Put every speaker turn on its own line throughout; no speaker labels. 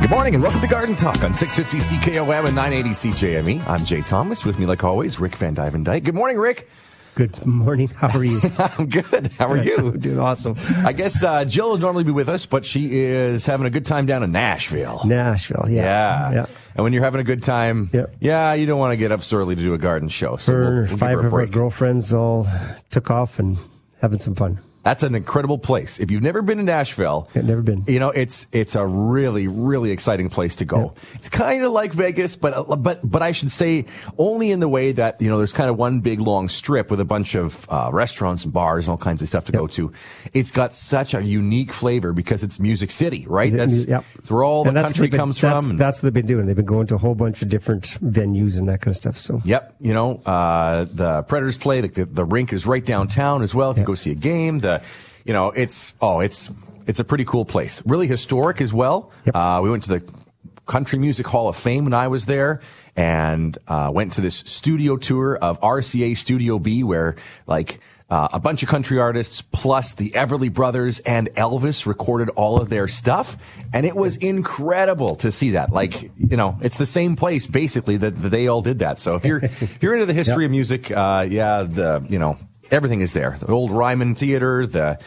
Good morning and welcome to Garden Talk on 650 CKOM and 980 CJME. E. I'm Jay Thomas. With me, like always, Rick Van Dyven Good morning, Rick.
Good morning. How are you?
I'm good. How are you?
Doing awesome.
I guess uh, Jill would normally be with us, but she is having a good time down in Nashville.
Nashville. Yeah.
Yeah. And when you're having a good time,
Yeah.
yeah, you don't want to get up so early to do a garden show. So
Her
we'll, we'll give
five
her a
of our
break.
girlfriends all took off and having some fun.
That's an incredible place. If you've never been to Nashville,
Yeah, never been.
You know, it's it's a really really exciting place to go. It's kind of like Vegas, but but but I should say only in the way that you know there's kind of one big long strip with a bunch of uh, restaurants and bars and all kinds of stuff to go to. It's got such a unique flavor because it's Music City, right? That's
Yep.
it's where all
And
the
that's what
country
they've been-
comes
that's-
from. and-
That's what they've been doing. They've been going to a whole bunch of different venues and that kind of stuff. So
Yep. You know, uh, the Predators play, the, the, the rink is right downtown as well. If you
Yeah.
go see a game, the, you know, it's, oh, it's, it's a pretty cool place. Really historic as well.
Yep.
Uh, we went to the Country Music Hall of Fame when I was there and, uh, went to this studio tour of RCA Studio B where like, uh, a bunch of country artists plus the Everly brothers and Elvis recorded all of their stuff. And it was incredible to see that. Like, you know, it's the same place basically that, that they all did that. So if you're, if you're into the history of music, uh, yeah, the, you know, everything is there. The old Ryman Theater, the,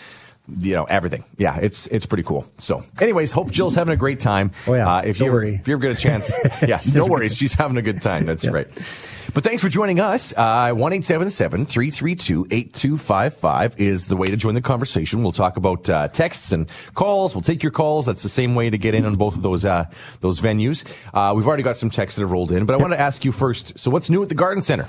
you know, everything. Yeah, it's, it's pretty cool. So anyways, hope Jill's having a great time.
Oh, yeah.
Uh, if
Don't
you ever,
worry.
if you ever get a chance, yes, no worries. She's having a good time. That's right. But thanks for joining us. Uh, 1-877-332-8255 is the way to join the conversation. We'll talk about uh, texts and calls. We'll take your calls. That's the same way to get in on both of those uh, those venues. Uh, we've already got some texts that have rolled in, but I want to ask you first. So what's new at the Garden Center?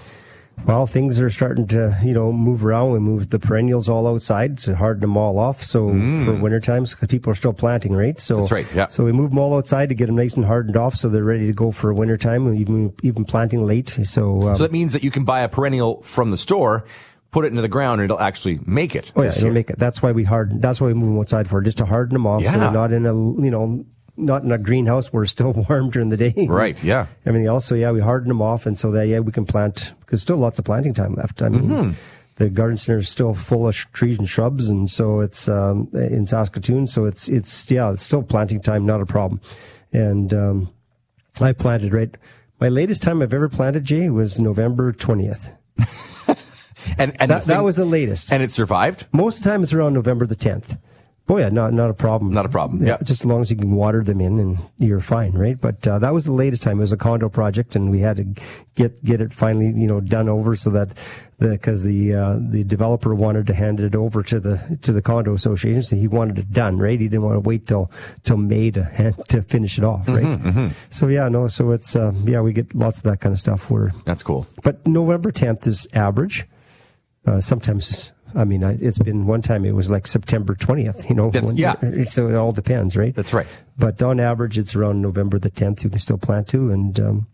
Well, things are starting to, you know, move around. We moved the perennials all outside to harden them all off. So for winter times, because people are still planting, right? So
Mm. That's right, yeah.
So we moved them all outside to get them nice and hardened off, so they're ready to go for winter time. and Even even planting late. So, um,
So that means that you can buy a perennial from the store, put it into the ground, and it'll actually make it.
oh yeah,
this
it'll
year.
make it. That's why we harden. That's why we move them outside for just to harden them off. So
Yeah.
they're not in a, you know, not in a greenhouse where it's still warm during the day.
Right, yeah.
Everything else. So yeah, we harden them off, and so that yeah, we can plant. There's still lots of planting time left. I mean,
Mm-hmm.
the garden center is still full of sh- trees and shrubs, and so it's um, in Saskatoon. So it's it's yeah, it's still planting time, not a problem. And um, I planted right. My latest time I've ever planted Jay was November twentieth.
And, and
That,
the thing-
that was the latest.
and it survived.
Most of the time, it's around November the tenth. Boy, yeah, not not a problem.
Not a problem. Yeah.
just as long as you can water them in, and you're fine, right? But uh, that was the latest time. It was a condo project, and we had to get get it finally, you know, done over so that the because the uh, the developer wanted to hand it over to the to the condo association, so he wanted it done, right? He didn't want to wait till till May to hand, to finish it off, right?
Mm-hmm,
So yeah, no, so it's uh, yeah, we get lots of that kind of stuff where
That's cool.
but November 10th is average. Uh, sometimes, I mean, I, it's been one time it was like September 20th, you know.
That's-
when-
yeah.
So it all depends, right?
That's right.
But on average, it's around November the 10th you can still plant to. And, um,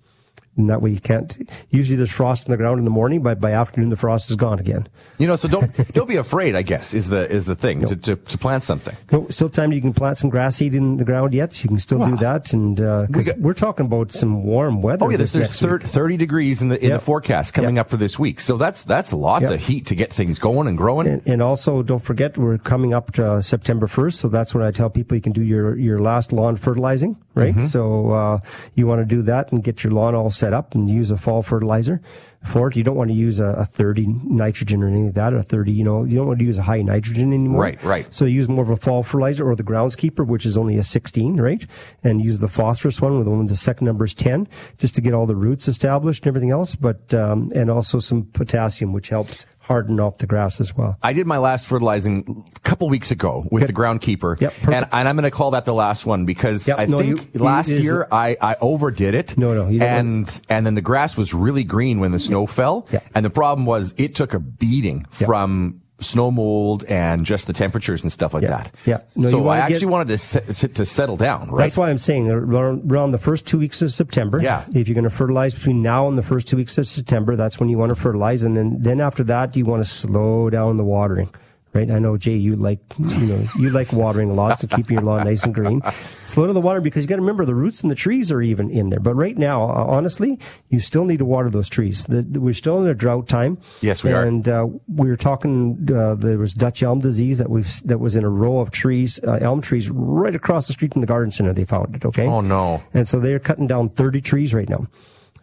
and that way you can't. Usually there's frost in the ground in the morning, but by afternoon the frost is gone again.
You know, so don't don't be afraid. I guess is the is the thing to, to, to plant something.
No, still time you can plant some grass seed in the ground yet. You can still do that. And uh,
We
we
got-
we're talking about some warm weather.
Oh yeah,
this
there's, there's
next week.
30, degrees in the in
Yep.
the forecast coming
Yep.
up for this week. So that's that's lots
Yep.
of heat to get things going and growing.
And, and also, don't forget, we're coming up to uh, September 1st, so that's when I tell people you can do your, your last lawn fertilizing, right?
Mm-hmm.
So uh, you want to do that and get your lawn all set up and use a fall fertilizer for it. You don't want to use a, a 30 nitrogen or anything like that, or 30, you know, you don't want to use a high nitrogen anymore.
Right, right.
So use more of a fall fertilizer or the groundskeeper, which is only a 16, right? And use the phosphorus one with only the second number is 10, just to get all the roots established and everything else, but, um, and also some potassium, which helps harden off the grass as well.
I did my last fertilizing a couple weeks ago with the groundkeeper,
Yep, perfect.
and, and I'm going to call that the last one because
Yep,
I
no,
think
you-
last
it is-
year I, I overdid it.
No, no, you don't
and and then the grass was really green when the snow fell,
Yeah.
and the problem was it took a beating
Yeah.
from snow mold and just the temperatures and stuff like
Yeah,
that.
yeah. No, you
so I
wanna get-
actually wanted to set, set- to settle down, right?
That's why I'm saying around, around the first two weeks of September.
Yeah.
If you're going to fertilize between now and the first two weeks of September, that's when you want to fertilize, and then then after that, you want to slow down the watering. right? I know, Jay, you like, you know, you like watering lots and keeping your lawn nice and green. Slow to the water because you got to remember the roots and the trees are even in there. But right now, uh, honestly, you still need to water those trees. The, we're still in a drought time.
Yes, we are.
And uh, we were talking, uh, there was Dutch elm disease that we've, that was in a row of trees, uh, elm trees right across the street from the garden center. They found it. Okay.
Oh, no.
And so they're cutting down 30 trees right now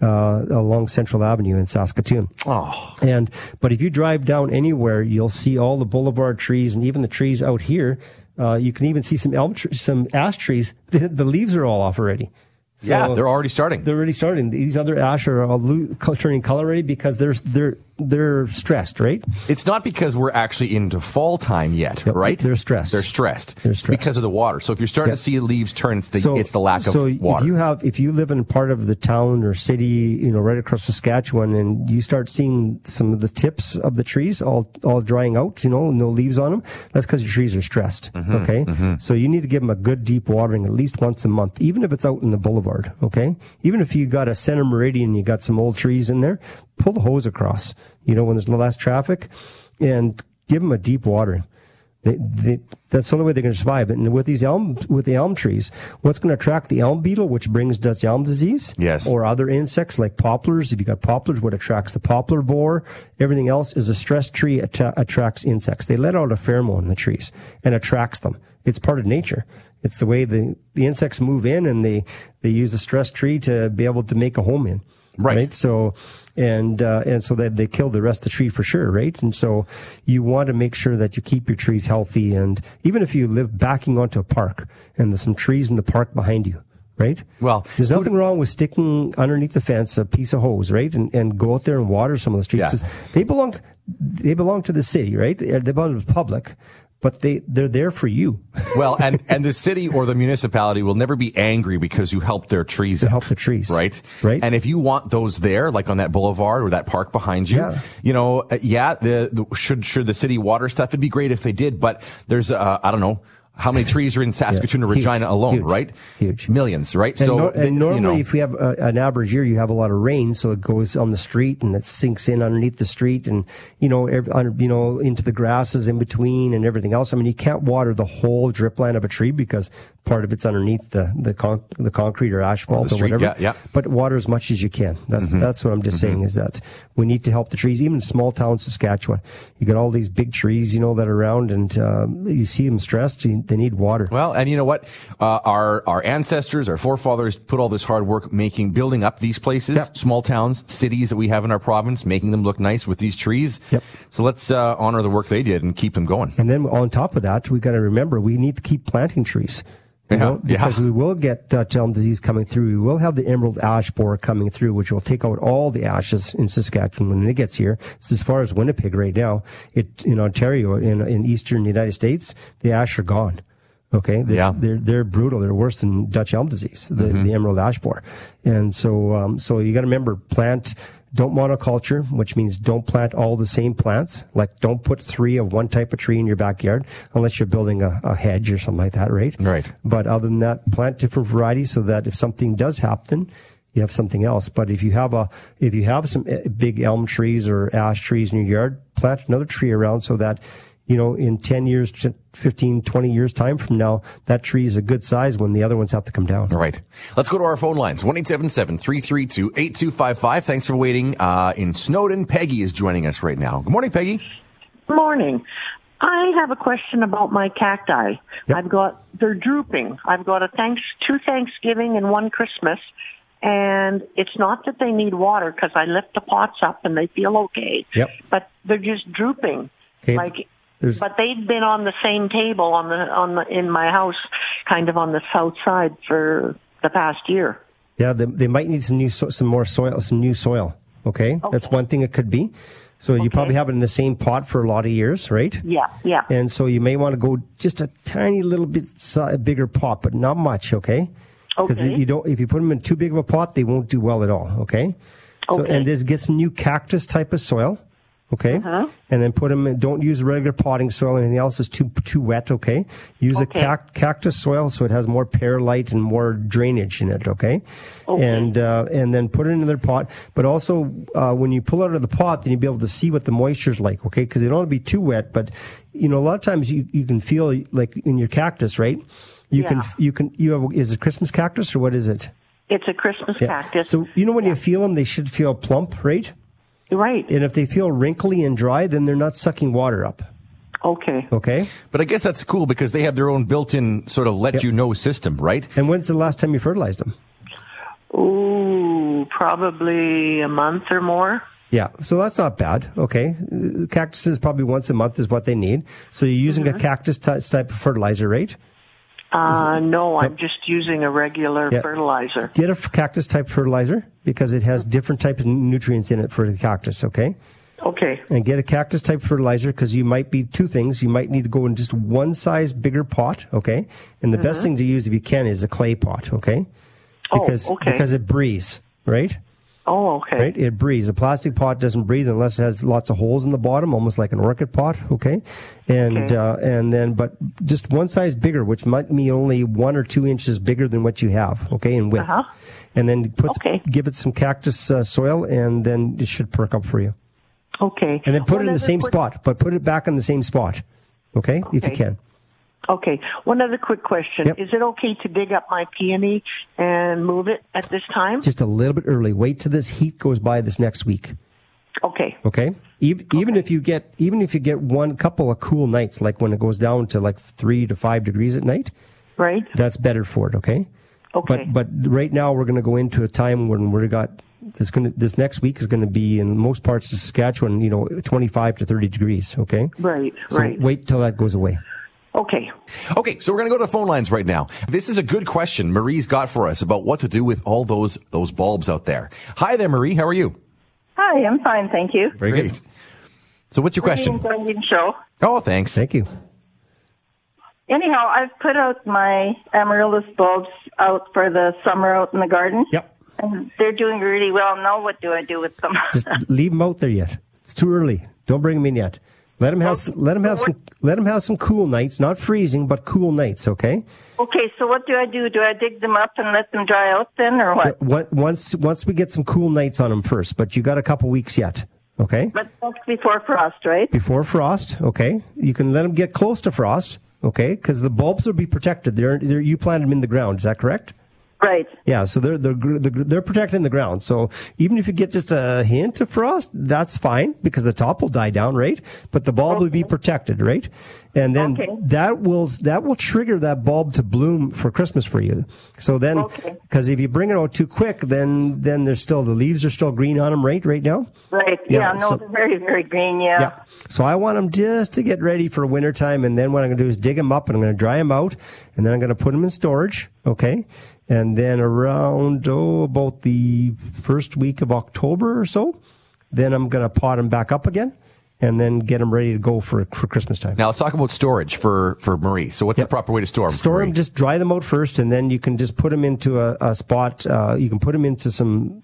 uh, along Central Avenue in Saskatoon.
Oh,
And but if you drive down anywhere, you'll see all the boulevard trees and even the trees out here. Uh, you can even see some elm, tre- some ash trees. The, the leaves are all off already. So
yeah, they're already starting.
they're already starting. These other ash are all lo- co- turning color already because they're they're they're stressed, right?
It's not because we're actually into fall time yet, right?
they're stressed.
They're stressed.
They're
It's
stressed.
because of the water. So if you're starting
Yep.
to see leaves turn, it's the,
So
it's the lack of
so
water.
if you have if you live in part of the town or city, you know, right across Saskatchewan, and you start seeing some of the tips of the trees all all drying out, you know, no leaves on them. That's because your trees are stressed.
Mm-hmm,
okay, so you need to give them a good deep watering at least once a month, even if it's out in the boulevard. Okay, even if you got a center meridian, and you got some old trees in there, pull the hose across. You know, when there's less traffic, and give them a deep watering. They, they, that's the only way they're going to survive. And with these elm, with the elm trees, what's going to attract the elm beetle, which brings Dutch elm disease?
Yes.
Or other insects like poplars. If you got poplars, what attracts the poplar borer? Everything else is a stressed tree atta- attracts insects. They let out a pheromone in the trees and attracts them. It's part of nature. It's the way the, the insects move in and they, they use the stressed tree to be able to make a home in.
Right.
So, and uh, and so that they kill the rest of the tree for sure, right? And so you want to make sure that you keep your trees healthy, and even if you live backing onto a park and there's some trees in the park behind you, right?
Well,
there's nothing wrong with sticking underneath the fence a piece of hose, right? And and go out there and water some of those trees
Yeah.
'Cause they belong they belong to the city, right? They belong to the public, but they they're there for you.
well, and, and the city or the municipality will never be angry because you helped their trees
To
out.
help the trees.
Right.
Right.
And if you want those there, like on that boulevard or that park behind you,
Yeah.
you know, uh, yeah, the, the should should the city water stuff. It'd be great if they did, but there's uh, I don't know how many trees are in Saskatoon or
Huge.
Regina alone,
Huge.
right?
Huge.
millions, right?
And, nor-
th-
and
you
normally,
know.
if we have a, an average year, you have a lot of rain, so it goes on the street and it sinks in underneath the street, and you know, ev on, you know, into the grasses in between and everything else. I mean, you can't water the whole drip line of a tree because part of it's underneath the the, con- the concrete or asphalt or,
street,
whatever.
yeah, Mm-hmm. yeah.
But water as much as you can. That's that's what I'm just saying is that we need to help the trees, even in small town Saskatchewan. You got all these big trees, you know, that are around, and um, you see them stressed. You, they need water.
Well, and you know what? Uh, our our ancestors, our forefathers, put all this hard work making, building up these places,
Yep.
small towns, cities that we have in our province, making them look nice with these trees.
Yep.
So let's uh, honor the work they did and keep them going.
And then on top of that, we got to remember we need to keep planting trees. You
Yeah,
know,
yeah.
because we will get Dutch elm disease coming through. We will have the emerald ash borer coming through, which will take out all the ashes in Saskatchewan when it gets here. It's as far as Winnipeg right now. It in Ontario, in in eastern United States, the ash are gone. Okay, This-
Yeah. Mm-hmm.
they're they're brutal. They're worse than Dutch elm disease, the, the emerald ash borer. And so, um, so you got to remember plant. Don't monoculture, which means don't plant all the same plants. Like don't put three of one type of tree in your backyard unless you're building a, a hedge or something like that, right?
Right.
But other than that, plant different varieties so that if something does happen, you have something else. But if you have a, if you have some eh, big elm trees or ash trees in your yard, plant another tree around so that, you know, in 10 years, to 15, 20 years time from now, that tree is a good size when the other ones have to come down.
All right. Let's go to our phone lines. 1-877-332-8255. Thanks for waiting. Uh, in Snowden, Peggy is joining us right now. Good morning, Peggy.
Morning. I have a question about my cacti.
Yep.
I've got they're drooping. I've got a thanks two Thanksgiving and one Christmas, and it's not that they need water because I lift the pots up and they feel okay.
Yep.
But they're just drooping.
Okay.
Like,
There's-
but they've been on the same table on the on the in my house, kind of on the south side for the past year.
Yeah, they, they might need some new, so, some more soil, some new soil. Okay? That's one thing it could be. So you probably have it in the same pot for a lot of years, right?
Yeah, yeah.
And so you may want to go just a tiny little bit si- bigger pot, but not much, okay? Because
Okay.
you don't, if you put them in too big of a pot, they won't do well at all, okay? So,
Okay.
and this get some new cactus type of soil, okay?
Uh-huh.
And then put them. In, don't use regular potting soil. Anything else is too too wet, okay? Use
Okay.
a cac- cactus soil so it has more perlite and more drainage in it, okay?
Okay.
And uh, and then put it in another pot. But also, uh, when you pull it out of the pot, then you'll be able to see what the moisture's like, okay? Because they don't want to be too wet. But you know, a lot of times you you can feel like in your cactus, right? You can
Yeah.
you can you have is it Christmas cactus or what is it?
It's a Christmas cactus.
So you know when you feel them, they should feel plump, right?
right.
And if they feel wrinkly and dry, then they're not sucking water up.
okay.
Okay.
But I guess that's cool because they have their own built-in sort of let you know system, right?
And when's the last time you fertilized them?
Ooh, probably a month or more.
Yeah, so that's not bad. Okay, Uh, cactuses probably once a month is what they need. So you're using
Mm-hmm.
a cactus ty- type of fertilizer, right?
Uh, no, I'm just using a regular
Yeah.
fertilizer.
Get a f- cactus type fertilizer because it has different types of nutrients in it for the cactus. Okay,
Okay.
and get a cactus type fertilizer because you might be two things. You might need to go in just one size bigger pot. Okay, and the best thing to use if you can is a clay pot. Okay,
Mm-hmm. Oh,
because
okay.
because it breathes, right?
Oh, okay.
right? It breathes. A plastic pot doesn't breathe unless it has lots of holes in the bottom, almost like an orchid pot. Okay, and
Okay.
Uh, and then but just one size bigger, which might be only one or two inches bigger than what you have. Okay, in width,
Uh-huh.
and then put
Okay.
give it some cactus uh, soil, and then it should perk up for you.
Okay.
And then put it in
One
the same
other quick-
spot, but put it back in the same spot. Okay, if you
Okay.
can.
Okay. One other quick question.
Yep.
Is it okay to dig up my peony and move it at this time?
Just a little bit early. Wait till this heat goes by this next week.
okay.
Okay. Even, even if you get even if you get one couple of cool nights, like when it goes down to like three to five degrees at night,
Right?
that's better for it. Okay.
Okay.
But but right now we're going to go into a time when we're got this going to this next week is going to be in most parts of Saskatchewan, you know, twenty five to thirty degrees. Okay.
Right,
So
right.
Wait till that goes away.
Okay.
Okay, so we're going to go to the phone lines right now. This is a good question Marie's got for us about what to do with all those those bulbs out there. Hi there, Marie. How are you?
Hi, I'm fine, thank you.
Very Great. So, what's your question?
Really enjoying your show.
Oh, thanks.
Thank you.
Anyhow, I've put out my amaryllis bulbs out for the summer out in the garden.
Yep.
And they're doing really well. Now what do I do with them?
Just leave them out there yet. It's too early. Don't bring them in yet. Let them have s- let them have some let them have some cool nights, not freezing, but cool nights. Okay.
okay, so what do I do? Do I dig them up and let them dry out then or what?
What- once once we get some cool nights on them first, but you got a couple weeks yet. Okay,
But that's before frost, right?
before frost. Okay, you can let them get close to frost. Okay, because the bulbs will be protected. They're, they're you planted them in the ground. Is that correct?
Right.
Yeah, so they're they're gr- they're, gr- they're protected in the ground. So even if you get just a hint of frost, that's fine because the top will die down, right? But the bulb will be protected, right? And then
Okay.
that will that will trigger that bulb to bloom for Christmas for you. So then,
Okay.
because if you bring it out too quick, then then there's still the leaves are still green on them, right? Right now.
Right.
Yeah,
Yeah, no,
so-
they're very, very green, yeah.
Yeah. So I want them just to get ready for wintertime. And then what I'm going to do is dig them up and I'm going to dry them out. And then I'm going to put them in storage. Okay. And then around, oh, about the first week of October or so, then I'm going to pot them back up again and then get them ready to go for, for Christmas time.
Now, let's talk about storage for, for Marie. So, what's the proper way to store them?
Store
Marie?
them, just dry them out first, and then you can just put them into a, a spot. Uh, you can put them into some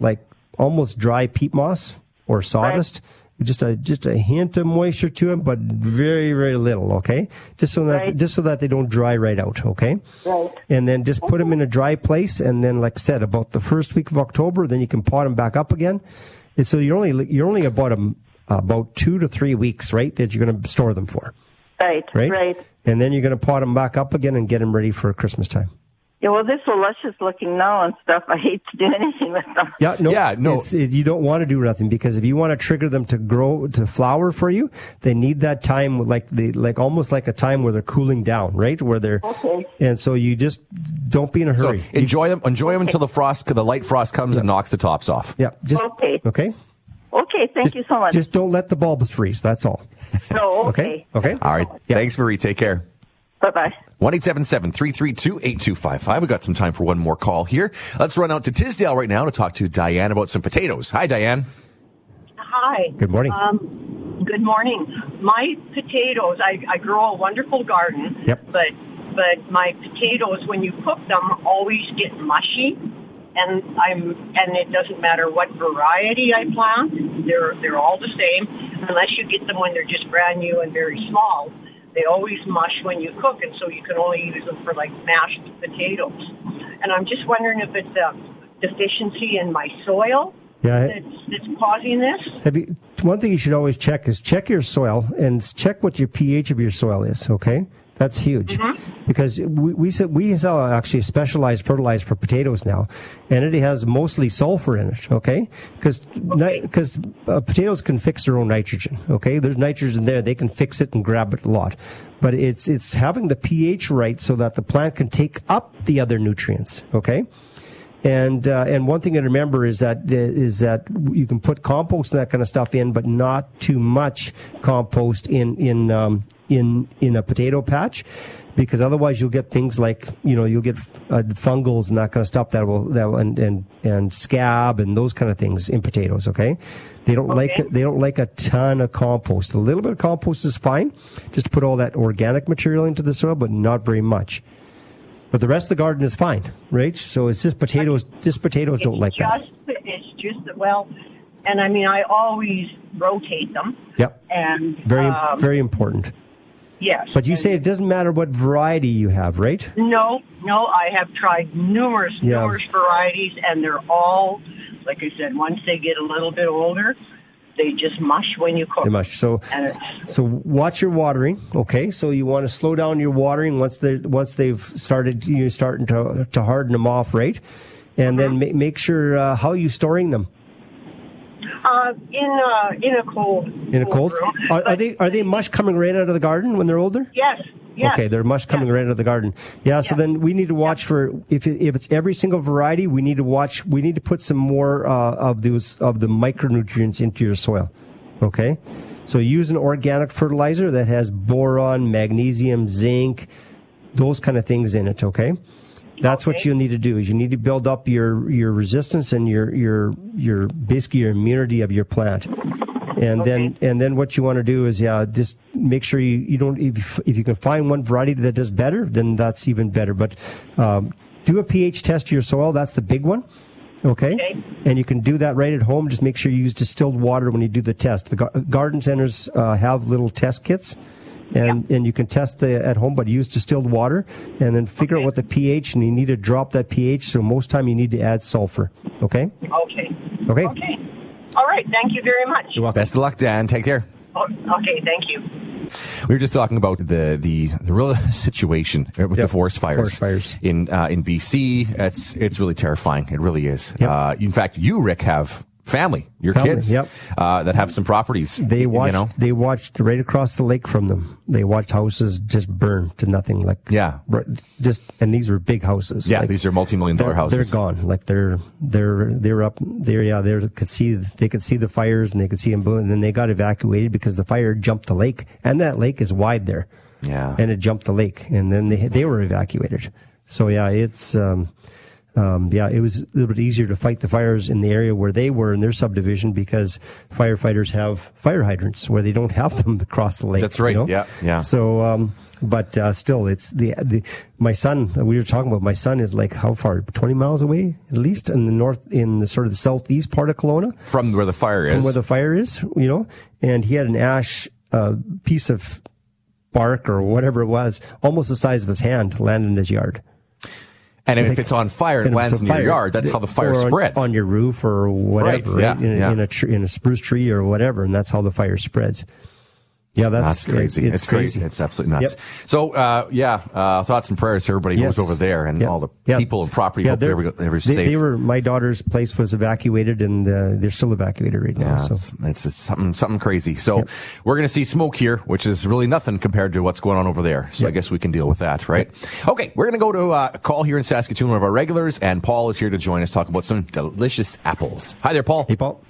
like almost dry peat moss or sawdust. Just a just a hint of moisture to them, but very very little. Okay, just so that
Right.
just so that they don't dry right out. Okay,
Right.
and then just put them in a dry place, and then like I said, about the first week of October, then you can pot them back up again. And so you're only you're only about um about two to three weeks, right? That you're going to store them for
Right.
right?
Right.
And then you're going to pot them back up again and get them ready for Christmas time.
Yeah, well this will luscious looking now and stuff. I hate to do anything with them.
Yeah, no,
Yeah, no.
it's- it- you don't want to do nothing because if you want to trigger them to grow to flower for you, they need that time, like the like almost like a time where they're cooling down, right? Where they're
Okay.
and so you just don't be in a
So
hurry.
enjoy them. Enjoy them until the frost, the light frost comes and knocks the tops off.
yeah, just
Okay.
okay.
Okay, thank you so much.
Just don't let the bulbs freeze. That's all.
no,
Okay.
okay.
Okay.
All right. Thanks, Marie. Take care.
Bye bye.
One eight seven seven three three two eight two five five. We got some time for one more call here. Let's run out to Tisdale right now to talk to Diane about some potatoes. Hi, Diane.
Hi.
Good morning.
Um, good morning. My potatoes, I, I grow a wonderful garden.
Yep.
But but my potatoes, when you cook them, always get mushy, and I'm and it doesn't matter what variety I plant, they're they're all the same unless you get them when they're just brand new and very small. They always mush when you cook, and so you can only use them for like mashed potatoes. And I'm just wondering if it's a deficiency in my soil
Yeah.
that's, that's causing this.
Have you, one thing you should always check is check your soil and s- check what your pH of your soil is. Okay, that's huge because we we se- we sell actually specialized fertilizer for potatoes now, and it has mostly sulfur in it. Okay, because because uh, potatoes can fix their own nitrogen. Okay, there's nitrogen there; they can fix it and grab it a lot. But it's it's having the pH right so that the plant can take up the other nutrients. Okay. And uh, and one thing to remember is that is that you can put compost and that kind of stuff in, but not too much compost in in um, in in a potato patch, because otherwise you'll get things like you know you'll get uh, fungals and that kind of stuff that will that will, and and and scab and those kind of things in potatoes. Okay, they don't like they don't like a ton of compost. A little bit of compost is fine, just to put all that organic material into the soil, but not very much. But the rest of the garden is fine, right? So it's just potatoes. Just potatoes don't like
it's
that.
just, It's just that, well, and I mean, I always rotate them.
Yep.
And
Very
um,
very important.
yes.
But you
and-
say it doesn't matter what variety you have, right?
No, no, I have tried numerous,
Yeah.
numerous varieties, and they're all, like I said, once they get a little bit older, they just mush when you cook.
They must. So
And it's,
so watch your watering. Okay. So you want to slow down your watering once they once they've started you know, starting to to harden them off, right? And then
Mm-hmm.
ma- make sure uh, how you storing them
uh, in uh, in a cold
in a cold.
room.
Are, are
But
they are they mush coming right out of the garden when they're older?
Yes. Yes.
Okay, they're mush coming right out of the garden. Yeah, so
Yeah.
then we need to watch for if it, if it's every single variety, we need to watch. We need to put some more uh, of those of the micronutrients into your soil. Okay, so use an organic fertilizer that has boron, magnesium, zinc, those kind of things in it. Okay, that's what
Okay.
you'll need to do is you need to build up your your resistance and your your your basically your immunity of your plant and then and then what you want to do is yeah just make sure you, you don't if, you f- if you can find one variety that does better then that's even better but um, do a ph test to your soil that's the big one okay?
Okay.
and you can do that right at home just make sure you use distilled water when you do the test the gar- garden centers uh, have little test kits and, and you can test the at home, but use distilled water, and then figure out
Okay.
what the pH. And you need to drop that pH. So most time you need to add sulfur. Okay.
Okay.
Okay.
Okay. All right. Thank you very much.
Best of luck, Dan. Take care.
Oh, okay. Thank you.
We were just talking about the the, the real situation uh, with
Yep.
the forest fires,
Forest fires.
in uh, in BC. It's it's really terrifying. It really is.
Yep.
Uh, in fact, you Rick have family, your
Family,
kids,
yep.
uh, that have some properties.
They watched.
You know?
They watched right across the lake from them. They watched houses just burn to nothing. Like
Yeah.
right- just and these were big houses.
Yeah,
like,
these are multi-million dollar
they're,
houses.
They're gone. Like they're they're they're up there. Yeah, they could see they could see the fires and they could see them. Boom, and then they got evacuated because the fire jumped the lake, and that lake is wide there.
Yeah.
and it jumped the lake, and then they they were evacuated. So yeah, it's. Um, um, yeah, it was a little bit easier to fight the fires in the area where they were in their subdivision because firefighters have fire hydrants where they don't have them across the lake.
That's right. Yeah, yeah.
So, um, but uh, still, it's the, the my son. We were talking about my son is like how far? Twenty miles away at least in the north, in the sort of the southeast part of Kelowna
from where the fire is.
from where the fire is, you know, and he had an ash uh, piece of bark or whatever it was, almost the size of his hand, land in his yard.
and if it's on fire, it
And
lands
it's a
in
fire.
your yard. That's how the fire
Or on-
spreads.
on your roof or whatever,
Right,
right?
yeah,
In, a-
yeah.
in a tree, in a spruce tree or whatever, and that's how the fire spreads. Yeah, that's,
That's crazy.
It's,
It's,
it's crazy.
It's absolutely nuts.
Yep.
So, uh, yeah, uh, thoughts and prayers to everybody who was
Yes.
over there and
Yeah.
all the
Yeah.
people and property.
Yeah,
hope they
they're-
were, they were
they,
safe.
they were. My daughter's place was evacuated, and uh, they're still evacuated right now.
yeah,
so.
it's, it's, it's something something crazy. So we're going to see smoke here, which is really nothing compared to what's going on over there. So I
Yep.
guess we can deal with that, right? Okay, we're going to go to uh, a call here in Saskatoon, one of our regulars, and Paul is here to join us talk about some delicious apples. Hi there, Paul.
Hey, Paul.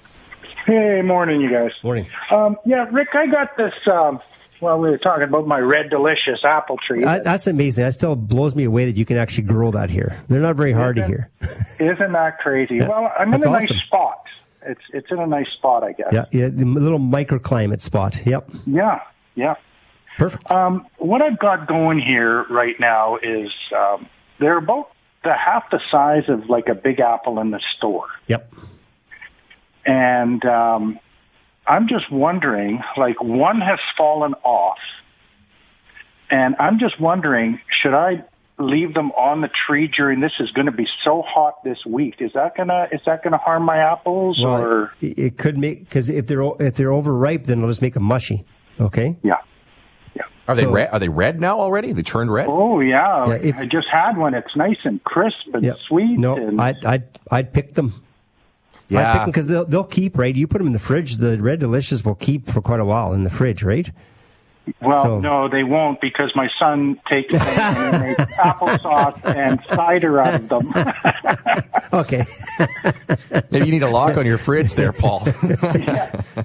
Hey, morning, you guys.
Morning.
Um, yeah, Rick, I got this. Um, well, we were talking about my red delicious apple tree.
I, that's amazing. That still blows me away that you can actually grow that here. They're not very hard to hear.
Isn't that crazy? well, I'm in
that's
a
awesome.
nice spot. It's it's in a nice spot, I guess.
Yeah, yeah, the little microclimate spot. Yep,
Yeah, yeah.
perfect.
Um, what I've got going here right now is um, they're about the half the size of like a big apple in the store.
Yep.
And um, I'm just wondering, like one has fallen off, and I'm just wondering, should I leave them on the tree during this is going to be so hot this week? Is that gonna is that gonna harm my apples
Well,
or
it, it could make because if they're o- if they're overripe, then it'll just make them mushy. Okay.
yeah?
Are they
So-
red? Are they red now already? They turned red.
Oh yeah,
Yeah, if-
I just had one. It's nice and crisp and
Yep.
sweet.
No,
and,
I'd I'd, I'd pick them. I'd pick
Yeah,
them because they'll they'll keep right. You put them in the fridge. The red delicious will keep for quite a while in the fridge, right?
Well,
So-
no, they won't because my son takes them and makes applesauce and cider out of them.
Okay.
maybe you need a lock on your fridge there, Paul.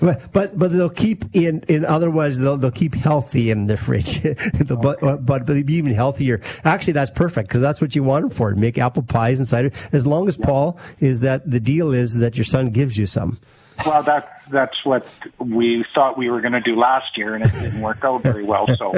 but but but they'll keep in in otherwise they'll they'll keep healthy in the fridge. The- but, but but they'll be even healthier. Actually, that's perfect because that's what you want them for. Make apple pies and cider. As long as Paul is that the deal is that your son gives you some.
well, that's that's what we thought we were going to do last year, and it didn't work out very well. So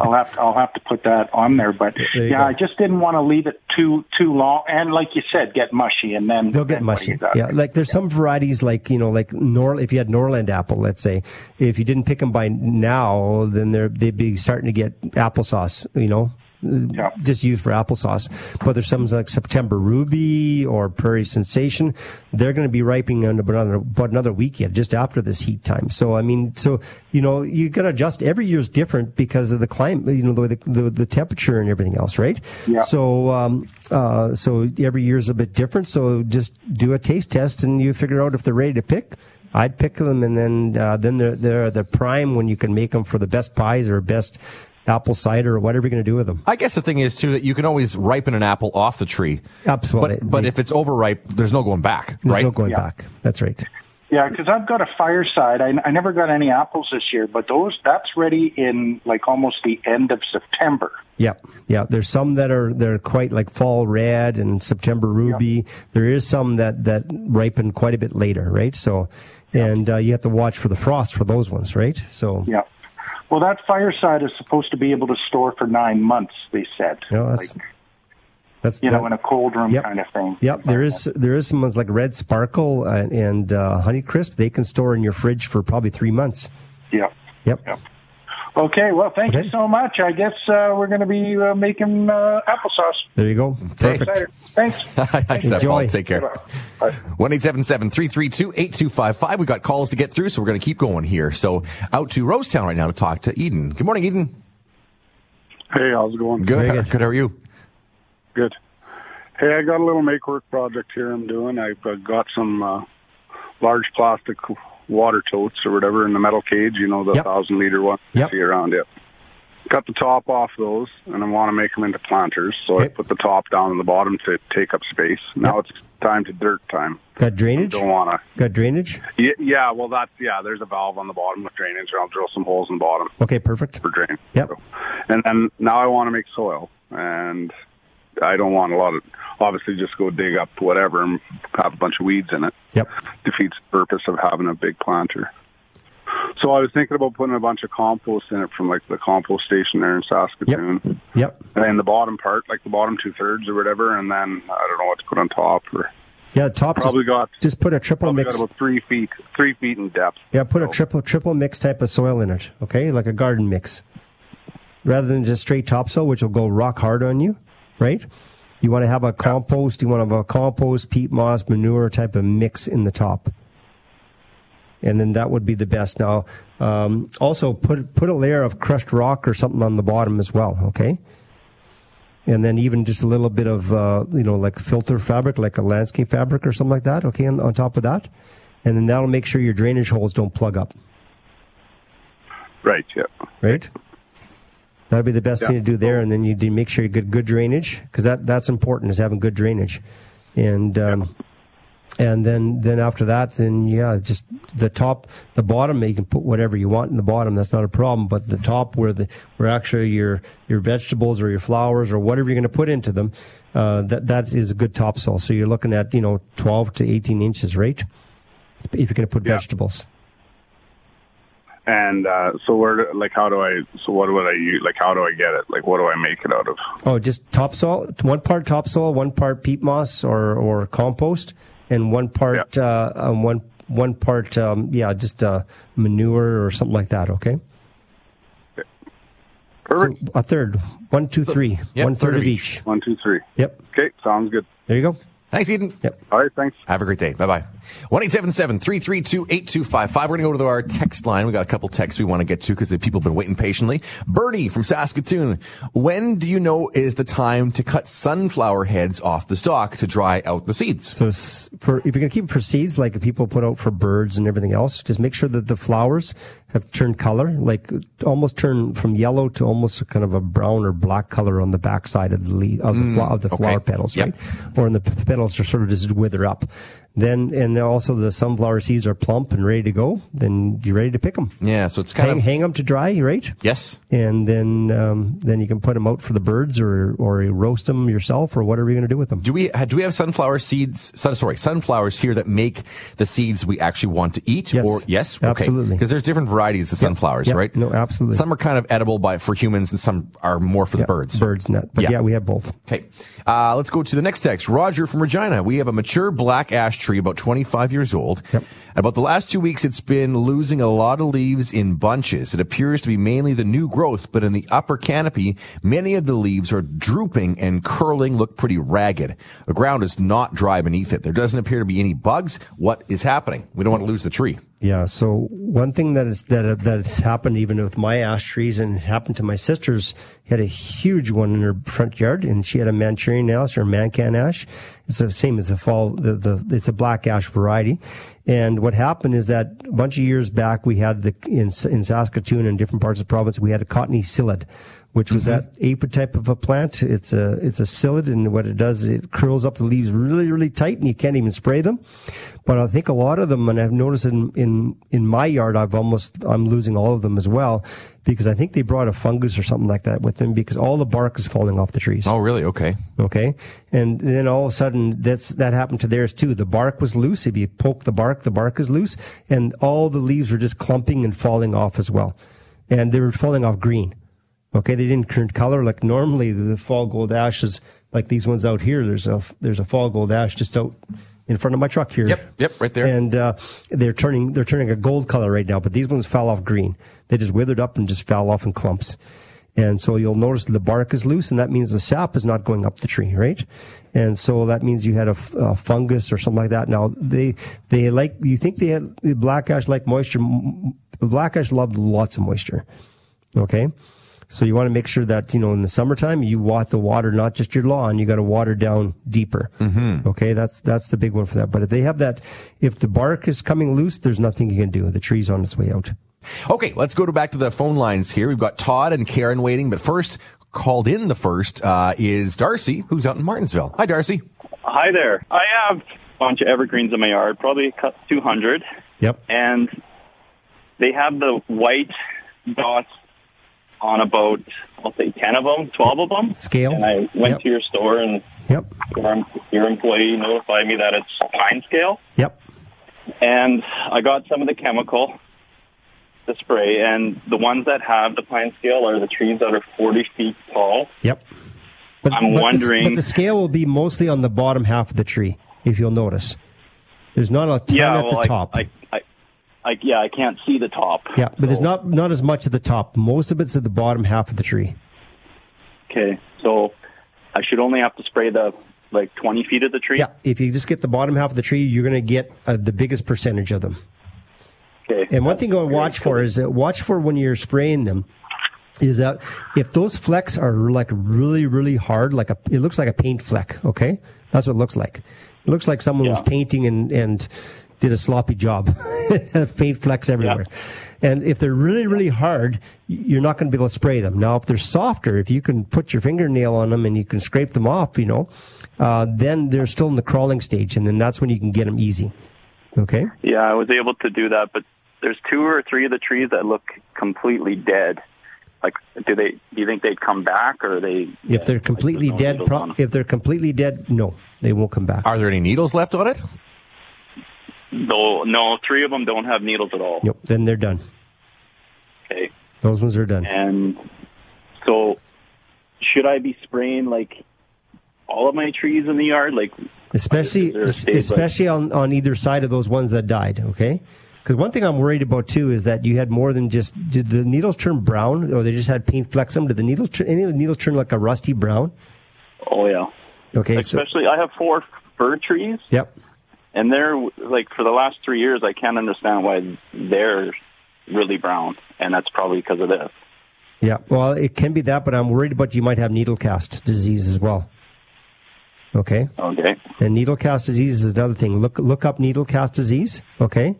I'll have to, I'll have to put that on there. But
There you
yeah,
go.
I just didn't want to leave it too too long. And like you said, get mushy, and then
They'll get
then what
mushy.
do you got?
Yeah, like there's some varieties like you know like Nor if you had Norland apple, let's say, if you didn't pick them by now, then they're they'd be starting to get applesauce. You know.
Yeah.
Just used for applesauce, but there's some like September Ruby or Prairie Sensation. They're going to be ripening under about another, about another week yet, just after this heat time. So I mean, so you know, you got to adjust. Every year's different because of the climate, you know, the way the, the, the temperature and everything else, right? So
Yeah.
so, um, uh, so every year's a bit different. So just do a taste test, and you figure out if they're ready to pick. I'd pick them, and then uh, then they're they're the prime when you can make them for the best pies or best apple cider or whatever you're going to do with them.
I guess the thing is too that you can always ripen an apple off the tree.
Absolutely.
But but if it's overripe, there's no going back,
There's
right?
no going
Yeah.
back. That's right.
Yeah, because I've got a fireside. I, I never got any apples this year, but those that's ready in like almost the end of September.
Yeah, yeah. There's some that are they're quite like fall red and September ruby. There is some that that ripen quite a bit later, right? So, and uh, you have to watch for the frost for those ones, right? So,
Yeah. Well, that fireside is supposed to be able to store for nine months. They said.
you know, that's
Like,
that's
you know,
that-
in a cold room
Yep.
kind of thing.
Yep, there is there is some ones like Red Sparkle and, and uh, Honey Crisp. They can store in your fridge for probably three months.
Yep.
Yep.
Okay. Well, thank
Okay.
you so much. I guess uh, we're going to be uh, making uh, applesauce.
There you go. Perfect.
Cider. Thanks.
Thanks, that, Paul.
Enjoy.
Take care.
Bye.
One eight seven seven three three two eight two five five. We got calls to get through, so we're going to keep going here. So out to Rosetown right now to talk to Eden. Good morning, Eden.
Hey, how's it going?
Good.
Very
How-
good.
How are you?
Good. Hey, I got a little make work project here I'm doing. I've uh, got some uh, large plastic water totes or whatever in the metal cage, you know, the
Yep.
thousand liter one you
Yep.
see around it. Cut the top off those, and I want to make them into planters. So I
Okay.
put the top down on the bottom to take up space. Now
Yep.
it's time to dirt time.
Got drainage.
Don't want to.
Got drainage.
Yeah, yeah, well, that's yeah. There's a valve on the bottom with drainage, and I'll drill some holes in the bottom
Okay, perfect.
for drain.
Yep.
So, and then now I want to make soil, and I don't want a lot of obviously just go dig up whatever and have a bunch of weeds in it.
Yep.
Defeats the purpose of having a big planter. So I was thinking about putting a bunch of compost in it from like the compost station there in Saskatoon,
Yep.
and then the bottom part, like the bottom two thirds or whatever, and then I don't know what to put on top. Or
Yeah, top.
probably
just,
got
just put a triple
probably
mix.
got about three feet, three feet in depth.
Yeah, put a
So-
triple triple mix type of soil in it. Okay, like a garden mix, rather than just straight topsoil, which will go rock hard on you, right? You want to have a compost. You want to have a compost, peat moss, manure type of mix in the top, and then that would be the best. Now, um, also put put a layer of crushed rock or something on the bottom as well. Okay. And then even just a little bit of uh, you know like filter fabric, like a landscape fabric or something like that. Okay, on, on top of that, and then that'll make sure your drainage holes don't plug up,
Right. Yeah.
right? That'll be the best
Yeah.
thing to do there, and then you do make sure you get good drainage because that that's important is having good drainage, and um, and then then after that, then yeah, just the top, the bottom, you can put whatever you want in the bottom. That's not a problem, but the top where the where actually your your vegetables or your flowers or whatever you're going to put into them, uh, that that is a good topsoil. So you're looking at you know 12 to 18 inches, right? If you're going to put
Yeah.
vegetables.
And uh, so where, do- like, how do I? So what would I use? Like, how do I get it? Like, what do I make it out of?
Oh, just topsoil, one part topsoil, one part peat moss or, or compost, and one part uh, um, one one part um, yeah, just uh, manure or something like that. Okay,
Perfect.
a third, one, two, three,
Yep,
one third of each.
One, two, three.
Yep,
Okay, sounds good.
there you go.
Thanks, Eden.
Yep.
All right, thanks.
Have a great day. Bye bye. 1 877 332 8255. We're going to go to our text line. We got a couple texts we want to get to because the people have been waiting patiently. Bernie from Saskatoon. When do you know is the time to cut sunflower heads off the stalk to dry out the seeds?
So s- for if you're going to keep them for seeds, like people put out for birds and everything else, just make sure that the flowers have turned color, like almost turn from yellow to almost a kind of a brown or black color on the backside of the leaf of the, flo- of the flower petals,
Mm, Yep.
right? Or in the p- petals are sort of just wither up. Then and also the sunflower seeds are plump and ready to go. Then you're ready to pick them.
Yeah, so it's kind
Hang,
of.
hang them to dry, right?
Yes.
And then um, then you can put them out for the birds or or roast them yourself or whatever you're going to do with them.
Do we ha- do we have sunflower seeds? Sun, sorry, sunflowers here that make the seeds we actually want to eat.
Yes.
Or yes,
Absolutely.
Because there's different varieties of sunflowers,
Yep.
right?
No, absolutely.
Some are kind of edible by for humans, and some are more for the birds.
Birds and that. But
Yeah.
yeah we have both.
Okay, uh, let's go to the next text. Roger from Regina. We have a mature black ash tree, about 25 years old. About the last two weeks, it's been losing a lot of leaves in bunches. It appears to be mainly the new growth, but in the upper canopy, many of the leaves are drooping and curling, look pretty ragged. The ground is not dry beneath it. There doesn't appear to be any bugs. What is happening? We don't want to lose the tree.
Yeah. So one thing that is that that's happened even with my ash trees and it happened to my sister's She had a huge one in her front yard and she had a Manchurian ash or Mancan ash. It's the same as the fall the, the it's a black ash variety. And what happened is that a bunch of years back we had the in in Saskatoon and different parts of the province we had a cottony psyllid which was that aper type of a plant. It's a it's a psyllid, and what it does, it curls up the leaves really really tight, and you can't even spray them. But I think a lot of them, and I've noticed in in in my yard, I've almost I'm losing all of them as well because I think they brought a fungus or something like that with them because all the bark is falling off the trees.
Oh, really? Okay.
Okay. And then all of a sudden, that's, that happened to theirs too. The bark was loose. If you poke the bark, the bark is loose. And all the leaves were just clumping and falling off as well. And they were falling off green. Okay. They didn't turn color. Like normally the fall gold ashes, like these ones out here, there's a, there's a fall gold ash just out in front of my truck here.
Yep, yep, right there.
And uh, they're turning they're turning a gold color right now, but these ones fell off green. They just withered up and just fell off in clumps. And so you'll notice the bark is loose, and that means the sap is not going up the tree, right? And so that means you had a, f- a fungus or something like that. Now they they like you think they had the black ash like moisture. M- m- Black ash loved lots of moisture. Okay. So you want to make sure that, you know, in the summertime, you want the water, not just your lawn. You got to water down deeper. Mm-hmm. Okay. That's, that's the big one for that. But if they have that, if the bark is coming loose, there's nothing you can do. The tree's on its way out.
Okay, let's go to back to the phone lines here. We've got Todd and Karen waiting, but first, called in the first uh, is Darcy, who's out in Martinsville. Hi, Darcy.
Hi there. I have a bunch of evergreens in my yard, probably cut 200,
Yep.
and they have the white dots on about, I'll say 10 of them, 12 of them.
Scale.
And I went
Yep.
to your store, and
Yep.
your, your employee notified me that it's pine scale,
Yep.
and I got some of the chemical to spray, and the ones that have the pine scale are the trees that are 40 feet tall.
Yep. But,
I'm
but the-
wondering-
but the scale will be mostly on the bottom half of the tree, if you'll notice. There's not a ton
yeah,
at
well,
the
I,
top.
I, I, I, yeah, I can't see the top.
yeah, but there's
So-
not not as much at the top. Most of it's at the bottom half of the tree.
Okay, so I should only have to spray the like 20 feet of the tree.
Yeah, if you just get the bottom half of the tree, you're going to get uh, the biggest percentage of them.
Okay.
And one thing I watch for is that watch for when you're spraying them is that if those flecks are like really, really hard, like a, it looks like a paint fleck. Okay. That's what it looks like. It looks like someone was
Yeah.
painting and, and did a sloppy job. paint flecks everywhere. And if they're really, really hard, you're not going to be able to spray them. Now, if they're softer, if you can put your fingernail on them and you can scrape them off, you know, uh, then they're still in the crawling stage. And then that's when you can get them easy. Okay.
Yeah, I was able to do that, but there's two or three of the trees that look completely dead. Like, do they? Do you think they'd come back, or are they?
If they're
like,
completely
there's no
dead,
needles on
pro-
'em?
if they're completely dead, no, they won't come back.
Are there any needles left on it?
no, no, three of them don't have needles at all.
Nope, then they're done. Those ones are done.
And so, should I be spraying like all of my trees in the yard? Like,
especially
Is there a state,
especially on, on either side of those ones that died okay because one thing i'm worried about too is that you had more than just did the needles turn brown or they just had paint flecks them did the needles turn any of the needles turn like a rusty brown
oh yeah.
okay so
Especially, I have four fir trees,
yep
and they're like for the last three years, I can't understand why they're really brown, and that's probably because of this.
yeah well it can be that but i'm worried about you might have needle cast disease as well okay
Okay.
And needle cast disease is another thing. Look look up needle cast disease. Okay.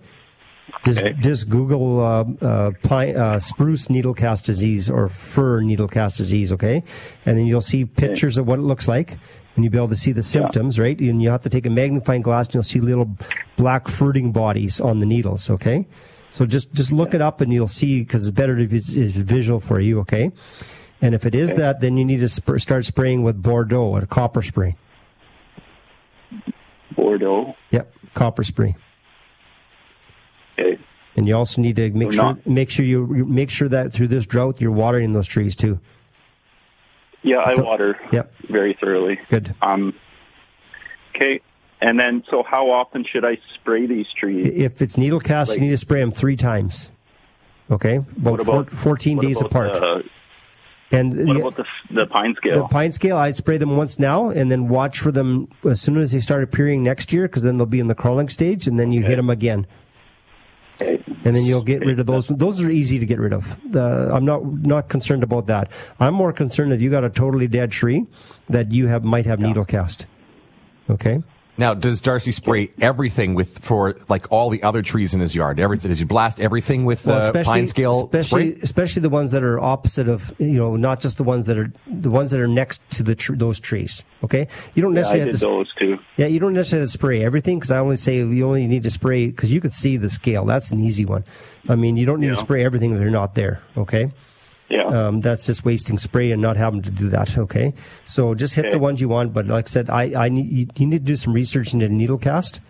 Just
Okay.
just Google uh, uh, pine, uh, spruce needle cast disease or fir needle cast disease. Okay, and then you'll see pictures of what it looks like, and you'll be able to see the symptoms. Right, and you will have to take a magnifying glass, and you'll see little black fruiting bodies on the needles. Okay. So just, just look it up and you'll see because it's better if it's, it's visual for you, okay? And if it is that, then you need to sp- start spraying with Bordeaux or copper spray.
Bordeaux.
Yep, copper spray.
Okay.
And you also need to make
We're
sure
not-
make sure you you make sure that through this drought you're watering those trees too.
Yeah, I
So-
water
Yep.
very thoroughly.
Good.
Um, okay. And then, so how often should I spray these trees?
If it's needle cast,
Like-
you need to spray them three times. Okay, about,
What about-
four, 14
what
days
about
apart.
the-
and
what
the-
about the, the pine
the
scale?
pine scale, I'd spray them once now, and then watch for them as soon as they start appearing next year, because then they'll be in the crawling stage, and then you hit them again. and then you'll get rid of those. Those are easy to get rid of. The, I'm not not concerned about that. I'm more concerned if you got a totally dead tree that you have might have needle cast. Okay.
Now, does Darcy spray everything with for like all the other trees in his yard? Everything? Does he blast everything with uh, pine scale
especially
spray?
especially the ones that are opposite of you know not just the ones that are the ones that are next to the tr- those trees. Okay, you don't
Yeah, I
necessarily
did
have to. s-
those too.
Yeah, you don't necessarily have to spray everything because I only say you only need to spray because you could see the scale. That's an easy one. I mean, you don't need to
Yeah.
spray everything if they're not there. Okay.
Yeah.
Um, that's just wasting spray and not having to do that. Okay, so just hit
Okay.
the ones you want. But like I said, I, I need you, you need to do some research into needle cast,